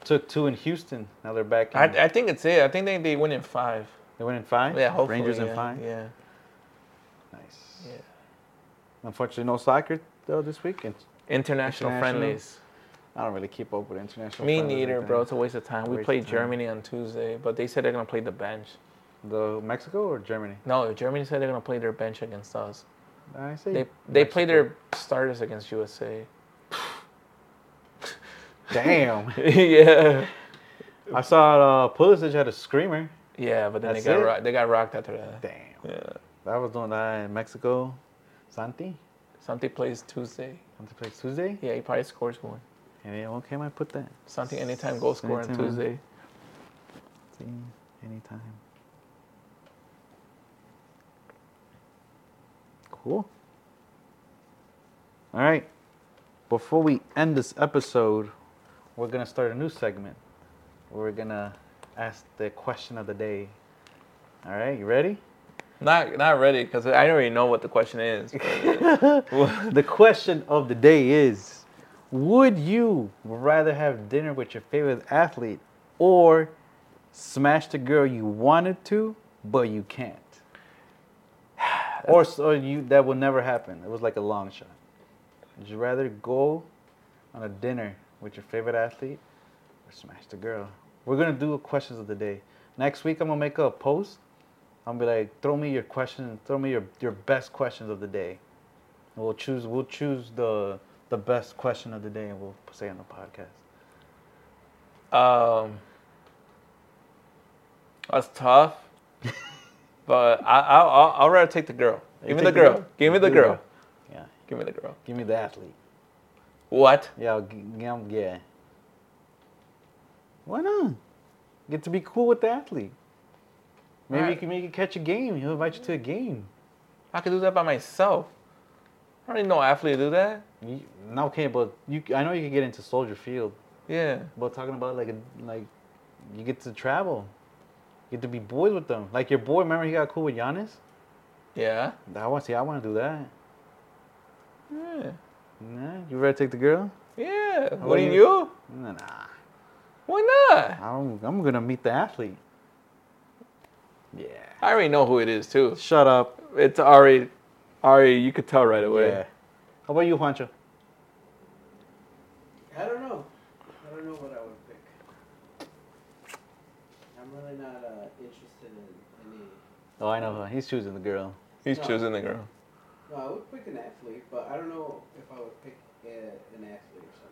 S2: took two in Houston. Now they're back. In,
S3: I, I think it's it. I think they, they win in five.
S2: they went in five.
S3: Yeah, hopefully.
S2: Rangers
S3: yeah,
S2: in five.
S3: Yeah,
S2: Nice.
S3: yeah.
S2: Unfortunately, no soccer though this week, and
S3: International,
S2: International.
S3: friendlies.
S2: I don't really keep up with international.
S3: Me
S2: friendlies like
S3: neither,
S2: that.
S3: bro. It's a waste of time. We
S2: Waste
S3: played
S2: of time.
S3: Germany on Tuesday, but they said they're gonna play the bench.
S2: The Mexico or Germany?
S3: No, Germany said they're gonna play their bench against us.
S2: I say
S3: They they play
S2: Mexico.
S3: their starters
S2: [laughs]
S3: against USA.
S2: Damn.
S3: [laughs] yeah.
S2: I saw uh, Pulisic had a screamer.
S3: Yeah, but then
S2: That's
S3: they got
S2: it?
S3: rocked. They got rocked after that.
S2: Damn.
S3: Yeah.
S2: That was doing that in Mexico. Santi?
S3: Santi plays Tuesday.
S2: Santi plays Tuesday?
S3: Yeah, he probably scores one.
S2: And then, okay, I might put that.
S3: Something anytime goal scorer on
S2: Anytime.
S3: Tuesday.
S2: See, anytime. Cool. All right. Before we end this episode, we're going to start a new segment. We're going to ask the question of the day. All right, you ready?
S3: Not not ready because I already know what the question [laughs]
S2: [laughs]
S3: is.
S2: the question of the day is Would you rather have dinner with your favorite athlete or smash the girl you wanted to, but you can't? or so you that will never happen. It was like a long shot. Would you rather go on a dinner with your favorite athlete or smash the girl? We're gonna do questions of the day. Next week I'm gonna make a post. I'm gonna be like, throw me your question, throw me your, your best questions of the day. And We'll choose we'll choose the the best question of the day and we'll say it on the podcast.
S3: Um, that's [laughs] tough. but I, I, I'll, I'll rather take the girl. Give me
S2: take
S3: the girl. Give me the girl.
S2: Yeah.
S3: Give me the girl.
S2: Give me the athlete.
S3: What?
S2: Yeah, I'll g- yeah, I'm- yeah. Why not? Get to be cool with the athlete. Maybe you
S3: Right.
S2: can make you catch a game. He'll invite you to a game.
S3: I could do that by myself. I don't need no athlete to do that.
S2: You, no, okay, but you. I know you can get into Soldier Field,
S3: Yeah.
S2: but talking about like a, like, you get to travel, you get to be boys with them. Like your boy, remember he got cool with Giannis.
S3: Yeah.
S2: I want to see. I want to do that.
S3: Yeah.
S2: Nah, you ready to take the girl?
S3: Yeah.
S2: How
S3: What
S2: about
S3: do you?
S2: you? Nah, nah.
S3: Why not?
S2: I don't, I'm gonna meet the athlete. Yeah.
S3: I already know who it is too.
S2: Shut up.
S3: It's Ari. Ari, you could tell right away.
S2: Yeah. How about you, Juancho?
S4: I don't know. I don't know what I would pick. I'm really not uh, interested in any.
S2: Oh, I know. He's choosing the [laughs] girl.
S3: He's
S4: No.
S3: choosing the girl.
S4: No, I would pick an athlete, but I don't know if I would pick uh an athlete or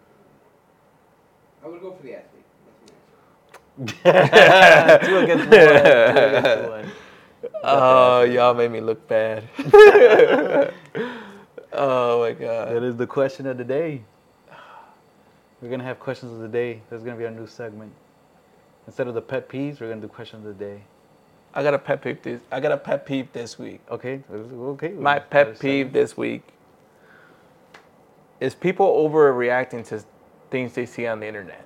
S4: something. I would go for the athlete. That's my answer.
S2: Two against one. Two against one.
S3: Oh, y'all made me look [laughs] bad. oh my god.
S2: That is the question of the day. We're gonna have questions of the day. That's gonna be our new segment. Instead of the pet peeves, we're gonna do questions of the day.
S3: I got a pet peeve this. I got a pet peeve this week.
S2: Okay. Okay.
S3: My pet peeve this week is people overreacting to things they see on the internet.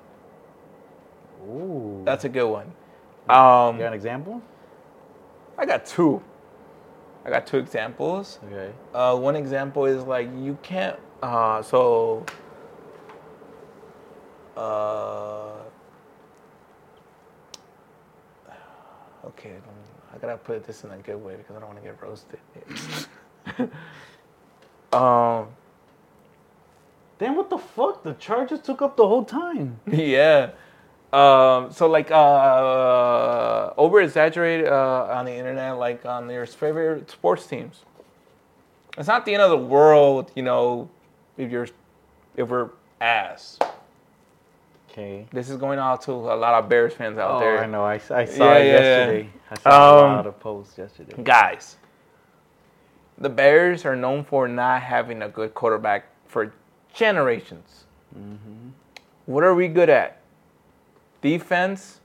S2: Ooh.
S3: That's a good one. Um,
S2: You got an example?
S3: I got two. I got two examples.
S2: Okay.
S3: Uh, one example is like you can't. Uh, so. Uh, okay, I gotta put this in a good way because I don't want to get roasted. [laughs] um.
S2: Damn, what the fuck? The Chargers took up the whole time.
S3: [laughs] Yeah. Um, so like uh, over exaggerate uh, on the internet, like on your favorite sports teams. It's not the end of the world, you know, if you're if we're ass.
S2: Okay.
S3: This is going out to a lot of Bears fans out
S2: Oh,
S3: there.
S2: I know. I, I saw it
S3: Yeah, yeah, yeah.
S2: yesterday. I saw a
S3: Um,
S2: lot of posts yesterday.
S3: Guys, the Bears are known for not having a good quarterback for generations.
S2: Mm-hmm.
S3: What are we good at? Defense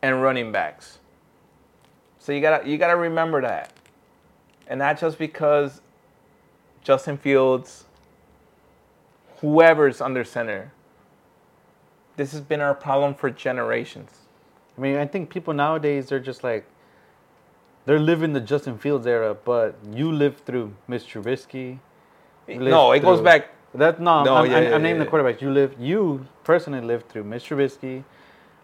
S3: and running backs. So you gotta you gotta remember that, and not just because Justin Fields, whoever's under center. This has been our problem for generations.
S2: I mean, I think people nowadays they're just like they're living the Justin Fields era, but you lived through Mitch Trubisky. you lived
S3: No, it goes
S2: through-
S3: back
S2: That no,
S3: No,
S2: I'm,
S3: yeah,
S2: I'm, I'm
S3: yeah,
S2: naming the
S3: yeah.
S2: quarterbacks. You lived, you personally lived through Mitch Trubisky,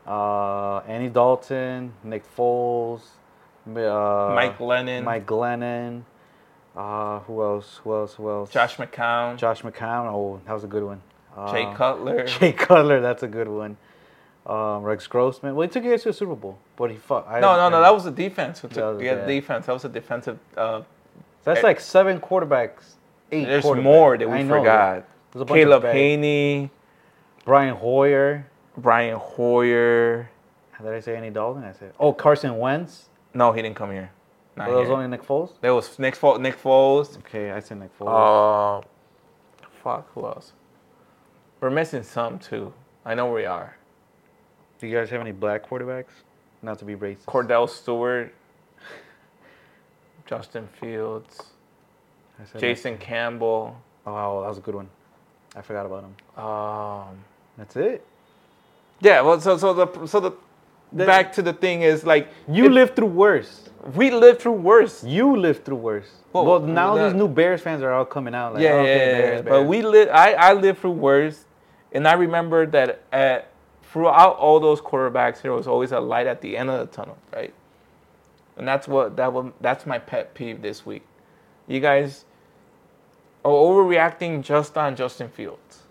S2: uh, Andy Dalton, Nick Foles, m- uh,
S3: Mike Lennon,
S2: Mike Glennon. Uh, who else? Who else? Who else?
S3: Josh McCown,
S2: Josh McCown. Oh, that was a good one. Uh,
S3: Jay Cutler.
S2: [laughs] Jay Cutler, that's a good one. Um, Rex Grossman. Well, he took you guys to a Super Bowl, but he fuck. I-
S3: No, no, no. That was the defense. Who
S2: That
S3: took,
S2: was
S3: yeah,
S2: bad.
S3: defense. That was a defensive. Uh,
S2: that's like seven quarterbacks. Eight.
S3: there's
S2: quarterbacks.
S3: more that we
S2: I know.
S3: forgot.
S2: There's a bunch of
S3: Caleb
S2: bad-
S3: Haney,
S2: Brian Hoyer.
S3: Brian Hoyer.
S2: Did I say Andy Dalton? I said. Oh, Carson Wentz.
S3: No, he didn't come here. Not
S2: But it was
S3: here.
S2: only Nick Foles.
S3: there was Nick Foles. Nick Foles.
S2: Okay, I said Nick Foles.
S3: Uh, fuck. Who else? We're missing some too. I know we are.
S2: Do you guys have any black quarterbacks? Not to be racist.
S3: Cordell Stewart, Justin Fields,
S2: I said
S3: Jason Campbell.
S2: that. Oh, wow, that was a good one. I forgot about him.
S3: Um,
S2: That's it.
S3: yeah. Well, so so the so the,
S2: The-
S3: back to the thing is like
S2: You
S3: if-
S2: lived through worse.
S3: We lived through worse.
S2: You lived through worse.
S3: Well,
S2: well, now
S3: that-
S2: these new Bears fans are all coming out. Like, oh,
S3: yeah,
S2: okay,
S3: yeah, yeah,
S2: Bears,
S3: yeah.
S2: Bears.
S3: But we lived. I I lived through worse, and I remember that at throughout all those quarterbacks, there was always a light at the end of the tunnel, right? And that's what that was. That's my pet peeve this week. You guys are overreacting just on Justin Fields.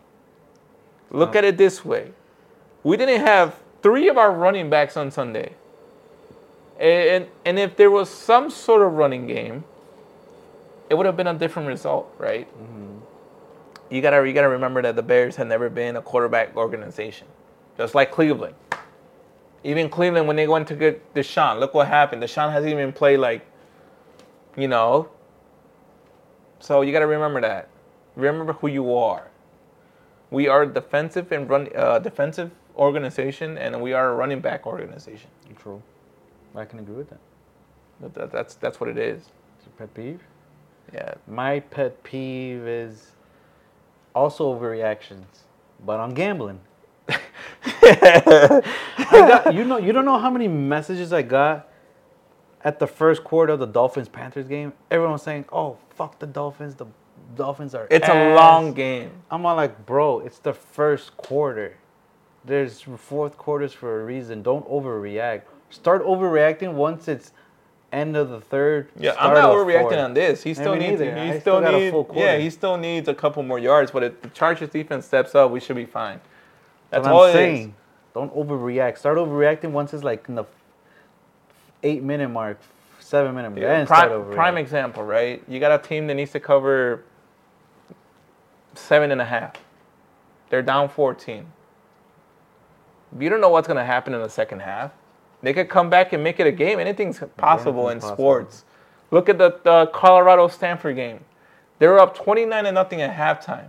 S3: Look
S2: Huh.
S3: at it this way: we didn't have three of our running backs on Sunday. And, and if there was some sort of running game, it would have been a different result, right? You gotta you gotta remember that the Bears had never been a quarterback organization, just like Cleveland. Even Cleveland, when they went to get Deshaun, look what happened. Deshaun hasn't even played like, you know. So you gotta remember that. Remember who you are. We are a defensive and run uh, defensive organization, and we are a running back organization.
S2: True. I can agree with that.
S3: That- that- that's that's what it is.
S2: Is it Pet peeve.
S3: Yeah.
S2: My pet peeve is also overreactions, but on
S3: [laughs]
S2: gambling. I got, you know, you don't know how many messages I got at the first quarter of the Dolphins Panthers game. Everyone was saying, "Oh, fuck the Dolphins! The Dolphins are."
S3: It's a
S2: ass."
S3: long game.
S2: I'm all like, bro, it's the first quarter. There's fourth quarters for a reason. Don't overreact. Start overreacting once it's end of the third.
S3: Yeah, I'm
S2: start
S3: not
S2: of the
S3: overreacting
S2: fourth.
S3: on this. He still
S2: me
S3: needs.
S2: neither. I
S3: He
S2: still
S3: still,
S2: got a
S3: needs.
S2: full quarter.
S3: Yeah, he still needs a couple more yards. But if the Chargers defense steps up, we should be fine. That's
S2: That's what
S3: all
S2: I'm
S3: it is.
S2: saying. Don't overreact. Start overreacting once it's like in the eight minute mark, seven minute mark.
S3: Yeah,
S2: Then start
S3: prime,
S2: overreacting.
S3: prime example, right? You got a team that needs to cover seven and a half. They're down 14. You don't know what's going to happen in the second half. They could come back and make it a game. Anything's possible
S2: Anything's
S3: in
S2: possible.
S3: sports. Look at the, the Colorado Stanford game. They were up 29 to nothing at halftime.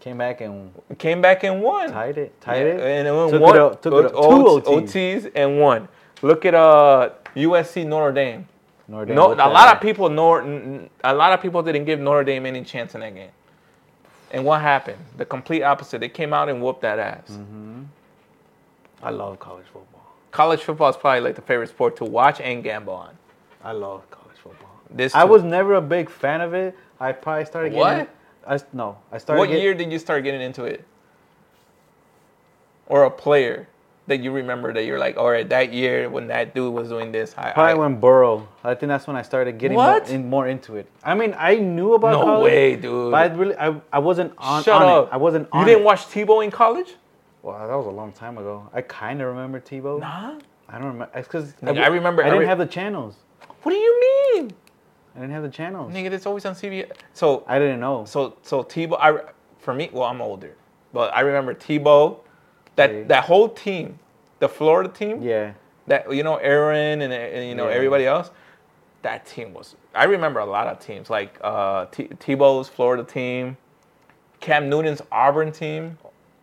S2: Came back and
S3: Came back and won.
S2: tied it. Tied
S3: Yeah,
S2: it.
S3: And it went
S2: took
S3: one.
S2: It out, took it out.
S3: O-
S2: Two OTs.
S3: OTs and one. Look at uh, USC Notre Dame.
S2: Notre Dame
S3: No, a
S2: looked at
S3: lot
S2: it.
S3: of people nor, n- a lot of people didn't give Notre Dame any chance in that game. And what happened? The complete opposite. They came out and whooped that ass.
S2: Mm-hmm. I love college football.
S3: College football is probably like the favorite sport to watch and gamble on.
S2: I love college football.
S3: This
S2: I
S3: too.
S2: was never a big fan of it. I probably started getting.
S3: What?
S2: I s- no, I started.
S3: What
S2: get-
S3: year did you start getting into it? Or a player that you remember that you're like, all right, that year when that dude was doing this, I, I
S2: Probably when Burrow. I think that's when I started getting
S3: What?
S2: More, in, more into it. I mean, I knew about.
S3: no
S2: college,
S3: way, dude.
S2: But I really, I, I wasn't on.
S3: Shut
S2: on
S3: up.
S2: It. I wasn't on.
S3: You didn't
S2: it.
S3: watch Tebow in college?
S2: Wow, that was a long time ago. I kind of remember Tebow.
S3: Nah.
S2: I don't remember. It's because
S3: Nigga, I remember-
S2: I didn't
S3: I re-
S2: have the channels.
S3: What do you mean?
S2: I didn't have the channels.
S3: Nigga, it's always on CBS. So
S2: I didn't know.
S3: So so Tebow, I re- for me, well, I'm older, but I remember Tebow, that
S2: Hey.
S3: that whole team, the Florida team,
S2: yeah,
S3: that you know Aaron and, and you know
S2: Yeah.
S3: everybody else, that team was. I remember a lot of teams like uh, T- Tebow's Florida team, Cam Newton's Auburn team,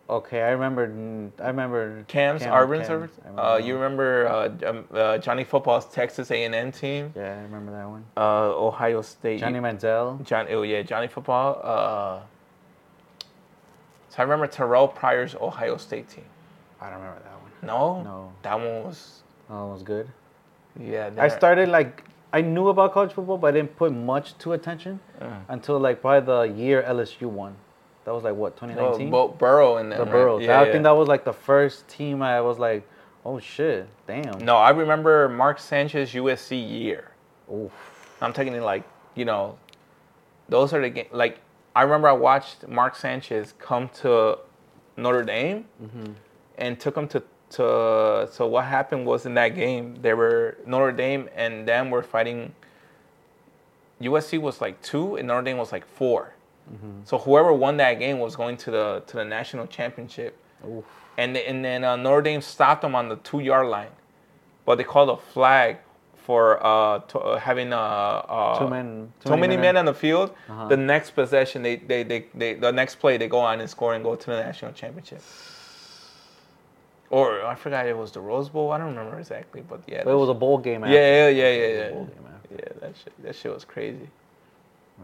S2: okay. I remember. mm, I remember.
S3: Cam's
S2: Cam-
S3: Auburn.
S2: Cam,
S3: servers.
S2: I remember
S3: Uh,
S2: that
S3: you
S2: one.
S3: remember uh, um, uh, Johnny Football's Texas A&M team,
S2: Yeah, I remember that one.
S3: uh, Ohio State.
S2: Johnny Manziel.
S3: John, oh yeah, Johnny Football. Uh, so I remember Terrell Pryor's Ohio State team.
S2: I don't remember that one.
S3: No,
S2: No.
S3: that one was
S2: That one Oh, was good.
S3: yeah.
S2: I
S3: never-
S2: started like I knew about college football, but I didn't put much to attention
S3: Uh.
S2: until like probably the year LSU won. That was like what
S3: oh,
S2: 2019.
S3: Bo- Burrow and them,
S2: the
S3: right?
S2: Burrows.
S3: Yeah,
S2: I
S3: yeah.
S2: think that was like the first team I was like, oh shit, damn.
S3: No, I remember Mark Sanchez USC year.
S2: Oof.
S3: I'm taking it like you know, those are the game. Like I remember I watched Mark Sanchez come to Notre Dame and took him to to. So what happened was in that game they were Notre Dame and them were fighting. USC was like two and Notre Dame was like 4 So whoever won that game was going to the to the national championship.
S2: Oof.
S3: And and then uh, Notre Dame stopped them on the two yard line, but they called a flag for uh, to, uh, having uh, uh,
S2: Too men-
S3: too many men, on the field.
S2: Uh-huh.
S3: The next possession, they, they, they, they, the next play, they go on and score and go to the national championship. Or I forgot it was the Rose Bowl. I don't remember exactly, but yeah,
S2: But it was a bowl game. after.
S3: yeah, yeah, yeah, yeah,
S2: It was a
S3: yeah.
S2: bowl game after.
S3: Yeah, that shit, that shit was crazy.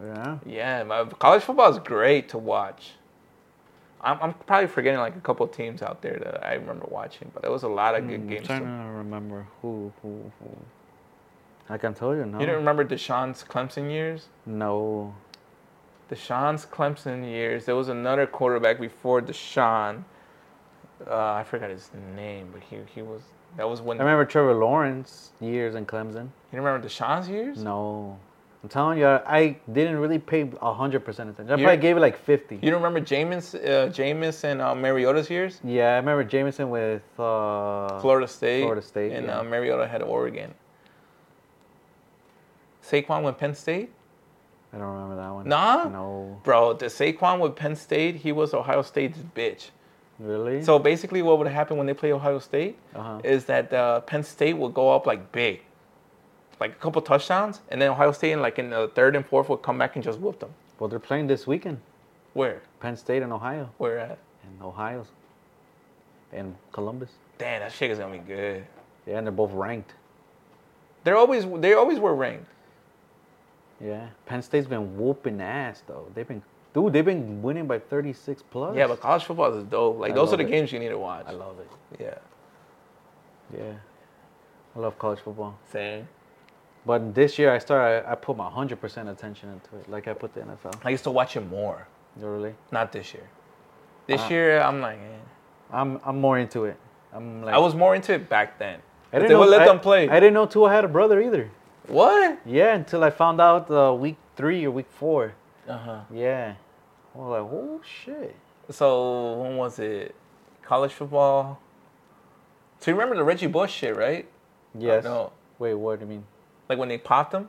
S2: Yeah.
S3: Yeah, my, college football is great to watch. I'm, I'm probably forgetting like a couple teams out there that I remember watching, but there was a lot of good
S2: Mm,
S3: games.
S2: I'm
S3: to-
S2: trying to remember who, who, who. I can tell you no.
S3: You don't remember Deshaun's Clemson years?
S2: No.
S3: Deshaun's Clemson years. There was another quarterback before Deshaun. Uh, I forgot his name, but he he was. That was when.
S2: I remember Trevor Lawrence years in Clemson.
S3: you remember Deshaun's years?
S2: No. I'm telling you, I I didn't really pay 100% attention. I
S3: You-
S2: probably gave it like 50.
S3: You don't remember Jameis, uh, Jameis and uh, Mariota's years?
S2: yeah, I remember Jameson with. Uh,
S3: Florida State.
S2: Florida State,
S3: And
S2: yeah.
S3: uh, Mariota had Oregon. Saquon with Penn State.
S2: I don't remember that one.
S3: Nah?
S2: No.
S3: Bro, the Saquon with Penn State, he was Ohio State's bitch.
S2: Really?
S3: So basically, what would happen when they play Ohio State
S2: Uh-huh.
S3: is that uh, Penn State will go up like big, like a couple touchdowns, and then Ohio State, in, like in the third and fourth, will come back and just whoop them.
S2: Well, they're playing this weekend.
S3: Where?
S2: Penn State and Ohio.
S3: Where at?
S2: And Ohio's. And Columbus.
S3: Damn, that shit is gonna be good.
S2: Yeah, and they're both ranked.
S3: They're always they always were ranked.
S2: Yeah. Penn State's been whooping ass, though. They've been. Dude, they've been winning by 36 plus.
S3: Yeah, but college football is dope. Like
S2: I
S3: those are
S2: love
S3: the
S2: it.
S3: games you need to watch.
S2: I love it.
S3: Yeah.
S2: Yeah. I love college football.
S3: Same.
S2: But this year I started, I put my 100% attention into it, like I put the NFL.
S3: I used to watch it more.
S2: Really?
S3: Not this year. This
S2: Ah.
S3: year, I'm like, eh.
S2: I'm, I'm more into it. I'm like,
S3: I was more into it back then.
S2: I
S3: They would let them play.
S2: I didn't know Tua had a brother either.
S3: what?
S2: Yeah, until I found out uh, week three or week four.
S3: Uh huh.
S2: Yeah. I was like, oh shit.
S3: So when was it? College football. So you remember the Reggie Bush shit, right?
S2: Yes.
S3: no.
S2: Wait, what do you mean?
S3: Like when they popped him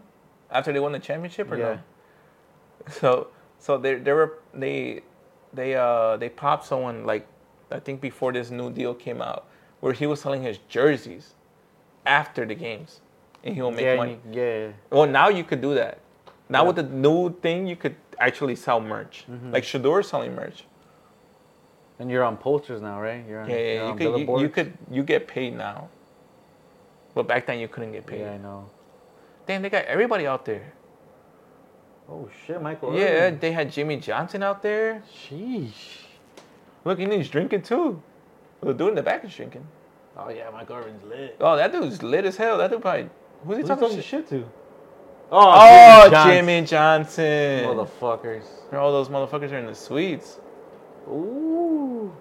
S3: after they won the championship, or
S2: Yeah.
S3: no? [laughs] So so they they were they they uh they popped someone like I think before this new deal came out where he was selling his jerseys after the games and he'll make
S2: yeah,
S3: money.
S2: you- yeah.
S3: Well, now you could do that.
S2: Yeah.
S3: Now
S2: Mm-hmm.
S3: with the new thing, you could actually sell merch. Like Shador is selling merch.
S2: And you're on posters now, right? You're on,
S3: Yeah,
S2: you're
S3: yeah. You
S2: on
S3: could, you, you
S2: billboards?
S3: could you get paid now. But back then you couldn't get paid.
S2: Yeah, I know.
S3: Damn, they got everybody out there.
S2: Oh shit, Michael.
S3: Yeah,
S2: Irvin.
S3: they had Jimmy Johnson out there.
S2: Sheesh.
S3: Look, and he's drinking too. The dude in the back is drinking.
S2: Oh yeah, Michael Irvin's lit.
S3: Oh, that dude's lit as hell. That dude probably. Who's he
S2: Who's he
S3: talking
S2: talking
S3: shit?
S2: shit to?
S3: Oh,
S2: Johnson.
S3: Jimmy Johnson.
S2: Motherfuckers.
S3: All those motherfuckers are in the suites.
S2: Ooh.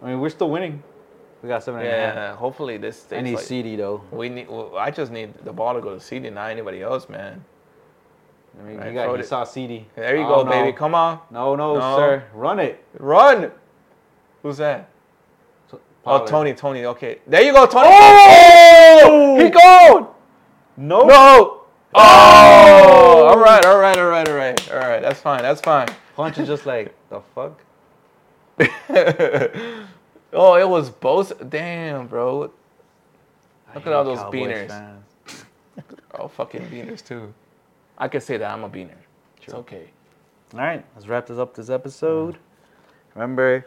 S2: I mean, we're still winning. We got seven and a half.
S3: Yeah, hopefully this stays.
S2: I need
S3: like-
S2: CD though.
S3: We need. Well, I just need the ball to go to CD, not anybody else, man.
S2: I mean,
S3: Right,
S2: you got
S3: throw
S2: you
S3: it.
S2: saw CD.
S3: There you
S2: Oh,
S3: go,
S2: no.
S3: baby. Come on,
S2: No, no,
S3: No.
S2: sir. Run it.
S3: run. Who's that?
S2: T-
S3: Oh,
S2: Pollard.
S3: Tony, Tony. Okay, there you go, Tony.
S2: Oh!
S3: He gold.
S2: No.
S3: No. Oh, all right, all right, all right, all right, all right. That's fine. That's fine.
S2: Punch is just like the fuck.
S3: [laughs] oh, it was both. Damn, bro.
S2: I
S3: [laughs] Look
S2: hate
S3: at all those
S2: Cowboys
S3: beaners.
S2: fans.
S3: Oh, fucking beaners too. I can say that I'm a beaner. It's okay.
S2: All right, let's wrap this up. This episode. Remember,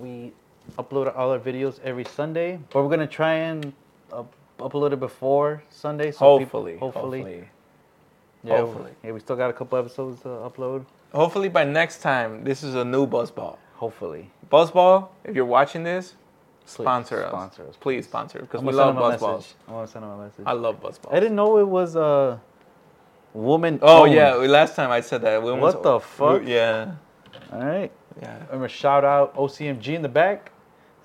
S2: we upload all our videos every Sunday, but we're gonna try and up- upload it before Sunday. So people-
S3: Hopefully,
S2: hopefully,
S3: hopefully.
S2: Yeah,
S3: Hopefully.
S2: we- yeah, we still got a couple episodes to upload.
S3: Hopefully by next time, this is a new buzzball.
S2: Hopefully,
S3: Buzzball, if you're watching this,
S2: Please,
S3: sponsor us.
S2: sponsor us,
S3: Please sponsor because
S2: I'm
S3: we
S2: gonna
S3: love
S2: send him a
S3: Buzzballs.
S2: message. I want to send him a message.
S3: I love Buzzballs.
S2: I didn't know it was a woman.
S3: Oh
S2: owned.
S3: yeah, last time I said that. Women's-
S2: What the fuck?
S3: Yeah,
S2: All right.
S3: yeah.
S2: Remember, shout out OCMG in the back.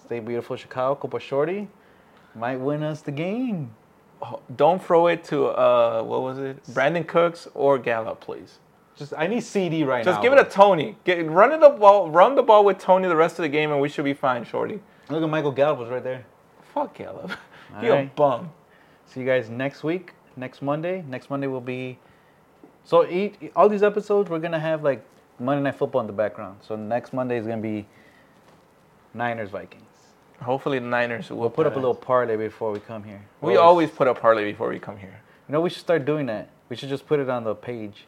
S2: Stay beautiful, Chicago. Copa Shorty might win us the game.
S3: Oh, Don't throw it to uh, what was it? Brandon Cooks or Gallup, please.
S2: Just I need CD right
S3: Just
S2: now.
S3: give it a Tony. Get run it the ball, run the ball with Tony the rest of the game, and we should be fine, Shorty.
S2: a. Look at Michael Gallup was right there.
S3: Fuck Gallup.
S2: All
S3: you a
S2: right.
S3: bum.
S2: See you guys next week. Next Monday. Next Monday will be. So eat all these episodes. We're gonna have like Monday Night Football in the background. So next Monday is gonna be Niners Vikings.
S3: Hopefully the Niners will
S2: We'll put up a little parlay before we come here.
S3: We always put up parlay before we come here.
S2: You know, we should start doing that. We should just put it on the page.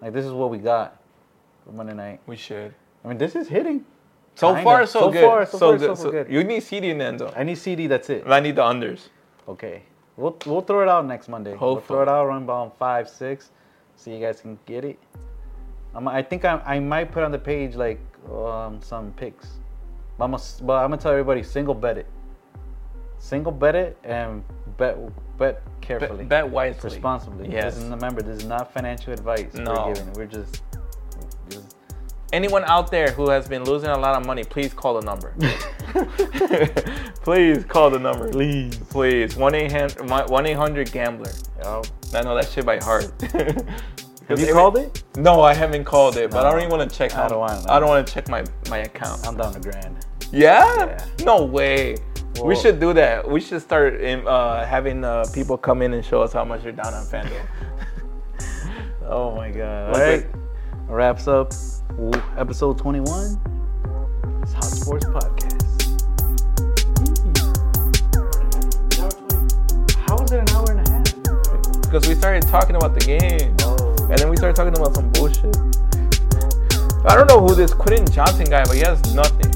S2: Like, this is what we got for Monday night.
S3: We should.
S2: I mean, this is hitting.
S3: So
S2: Kinda.
S3: far, so,
S2: So
S3: good.
S2: far,
S3: so,
S2: so far,
S3: good.
S2: so
S3: so
S2: good.
S3: You need CD in the end zone.
S2: I need CD, that's it.
S3: And I need the unders.
S2: Okay. We'll, we'll throw it out next Monday. We'll
S3: Hopefully.
S2: throw it out around about 5, 6. So you guys can get it. I'm, I think I, I might put on the page like um, some picks. But I'm, gonna, s- but I'm gonna tell everybody single bet it. Single bet it and bet bet carefully.
S3: Bet, bet wisely.
S2: responsibly.
S3: Yes.
S2: This is, remember, this is not financial advice
S3: No.
S2: we're giving. We're just, just
S3: Anyone out there who has been losing a lot of money, please call the
S2: [laughs]
S3: number. please call the number.
S2: please.
S3: Please. 1 800 Gambler. I know that shit by heart. [laughs]
S2: Have you called it?
S3: No, I haven't called it, but I
S2: No.
S3: don't even want to check.
S2: I
S3: how-
S2: don't want-
S3: I don't want to check my my account.
S2: I'm down to grand. [laughs]
S3: Yeah?
S2: Yeah.
S3: No way. we
S2: Well-
S3: should do that. We should start in, uh, having uh, people come in and show us how much you're down on FanDuel.
S2: Oh my god.
S3: What's
S2: All right.
S3: it?
S2: Wraps up w- episode 21. It's Hot Sports Podcast.
S4: Now it's like,
S2: How is it an hour and a half?
S3: because we started talking about the game,
S2: Oh.
S3: and then we started talking about some bullshit. I don't know who this Quentin Johnson guy, but he has nothing.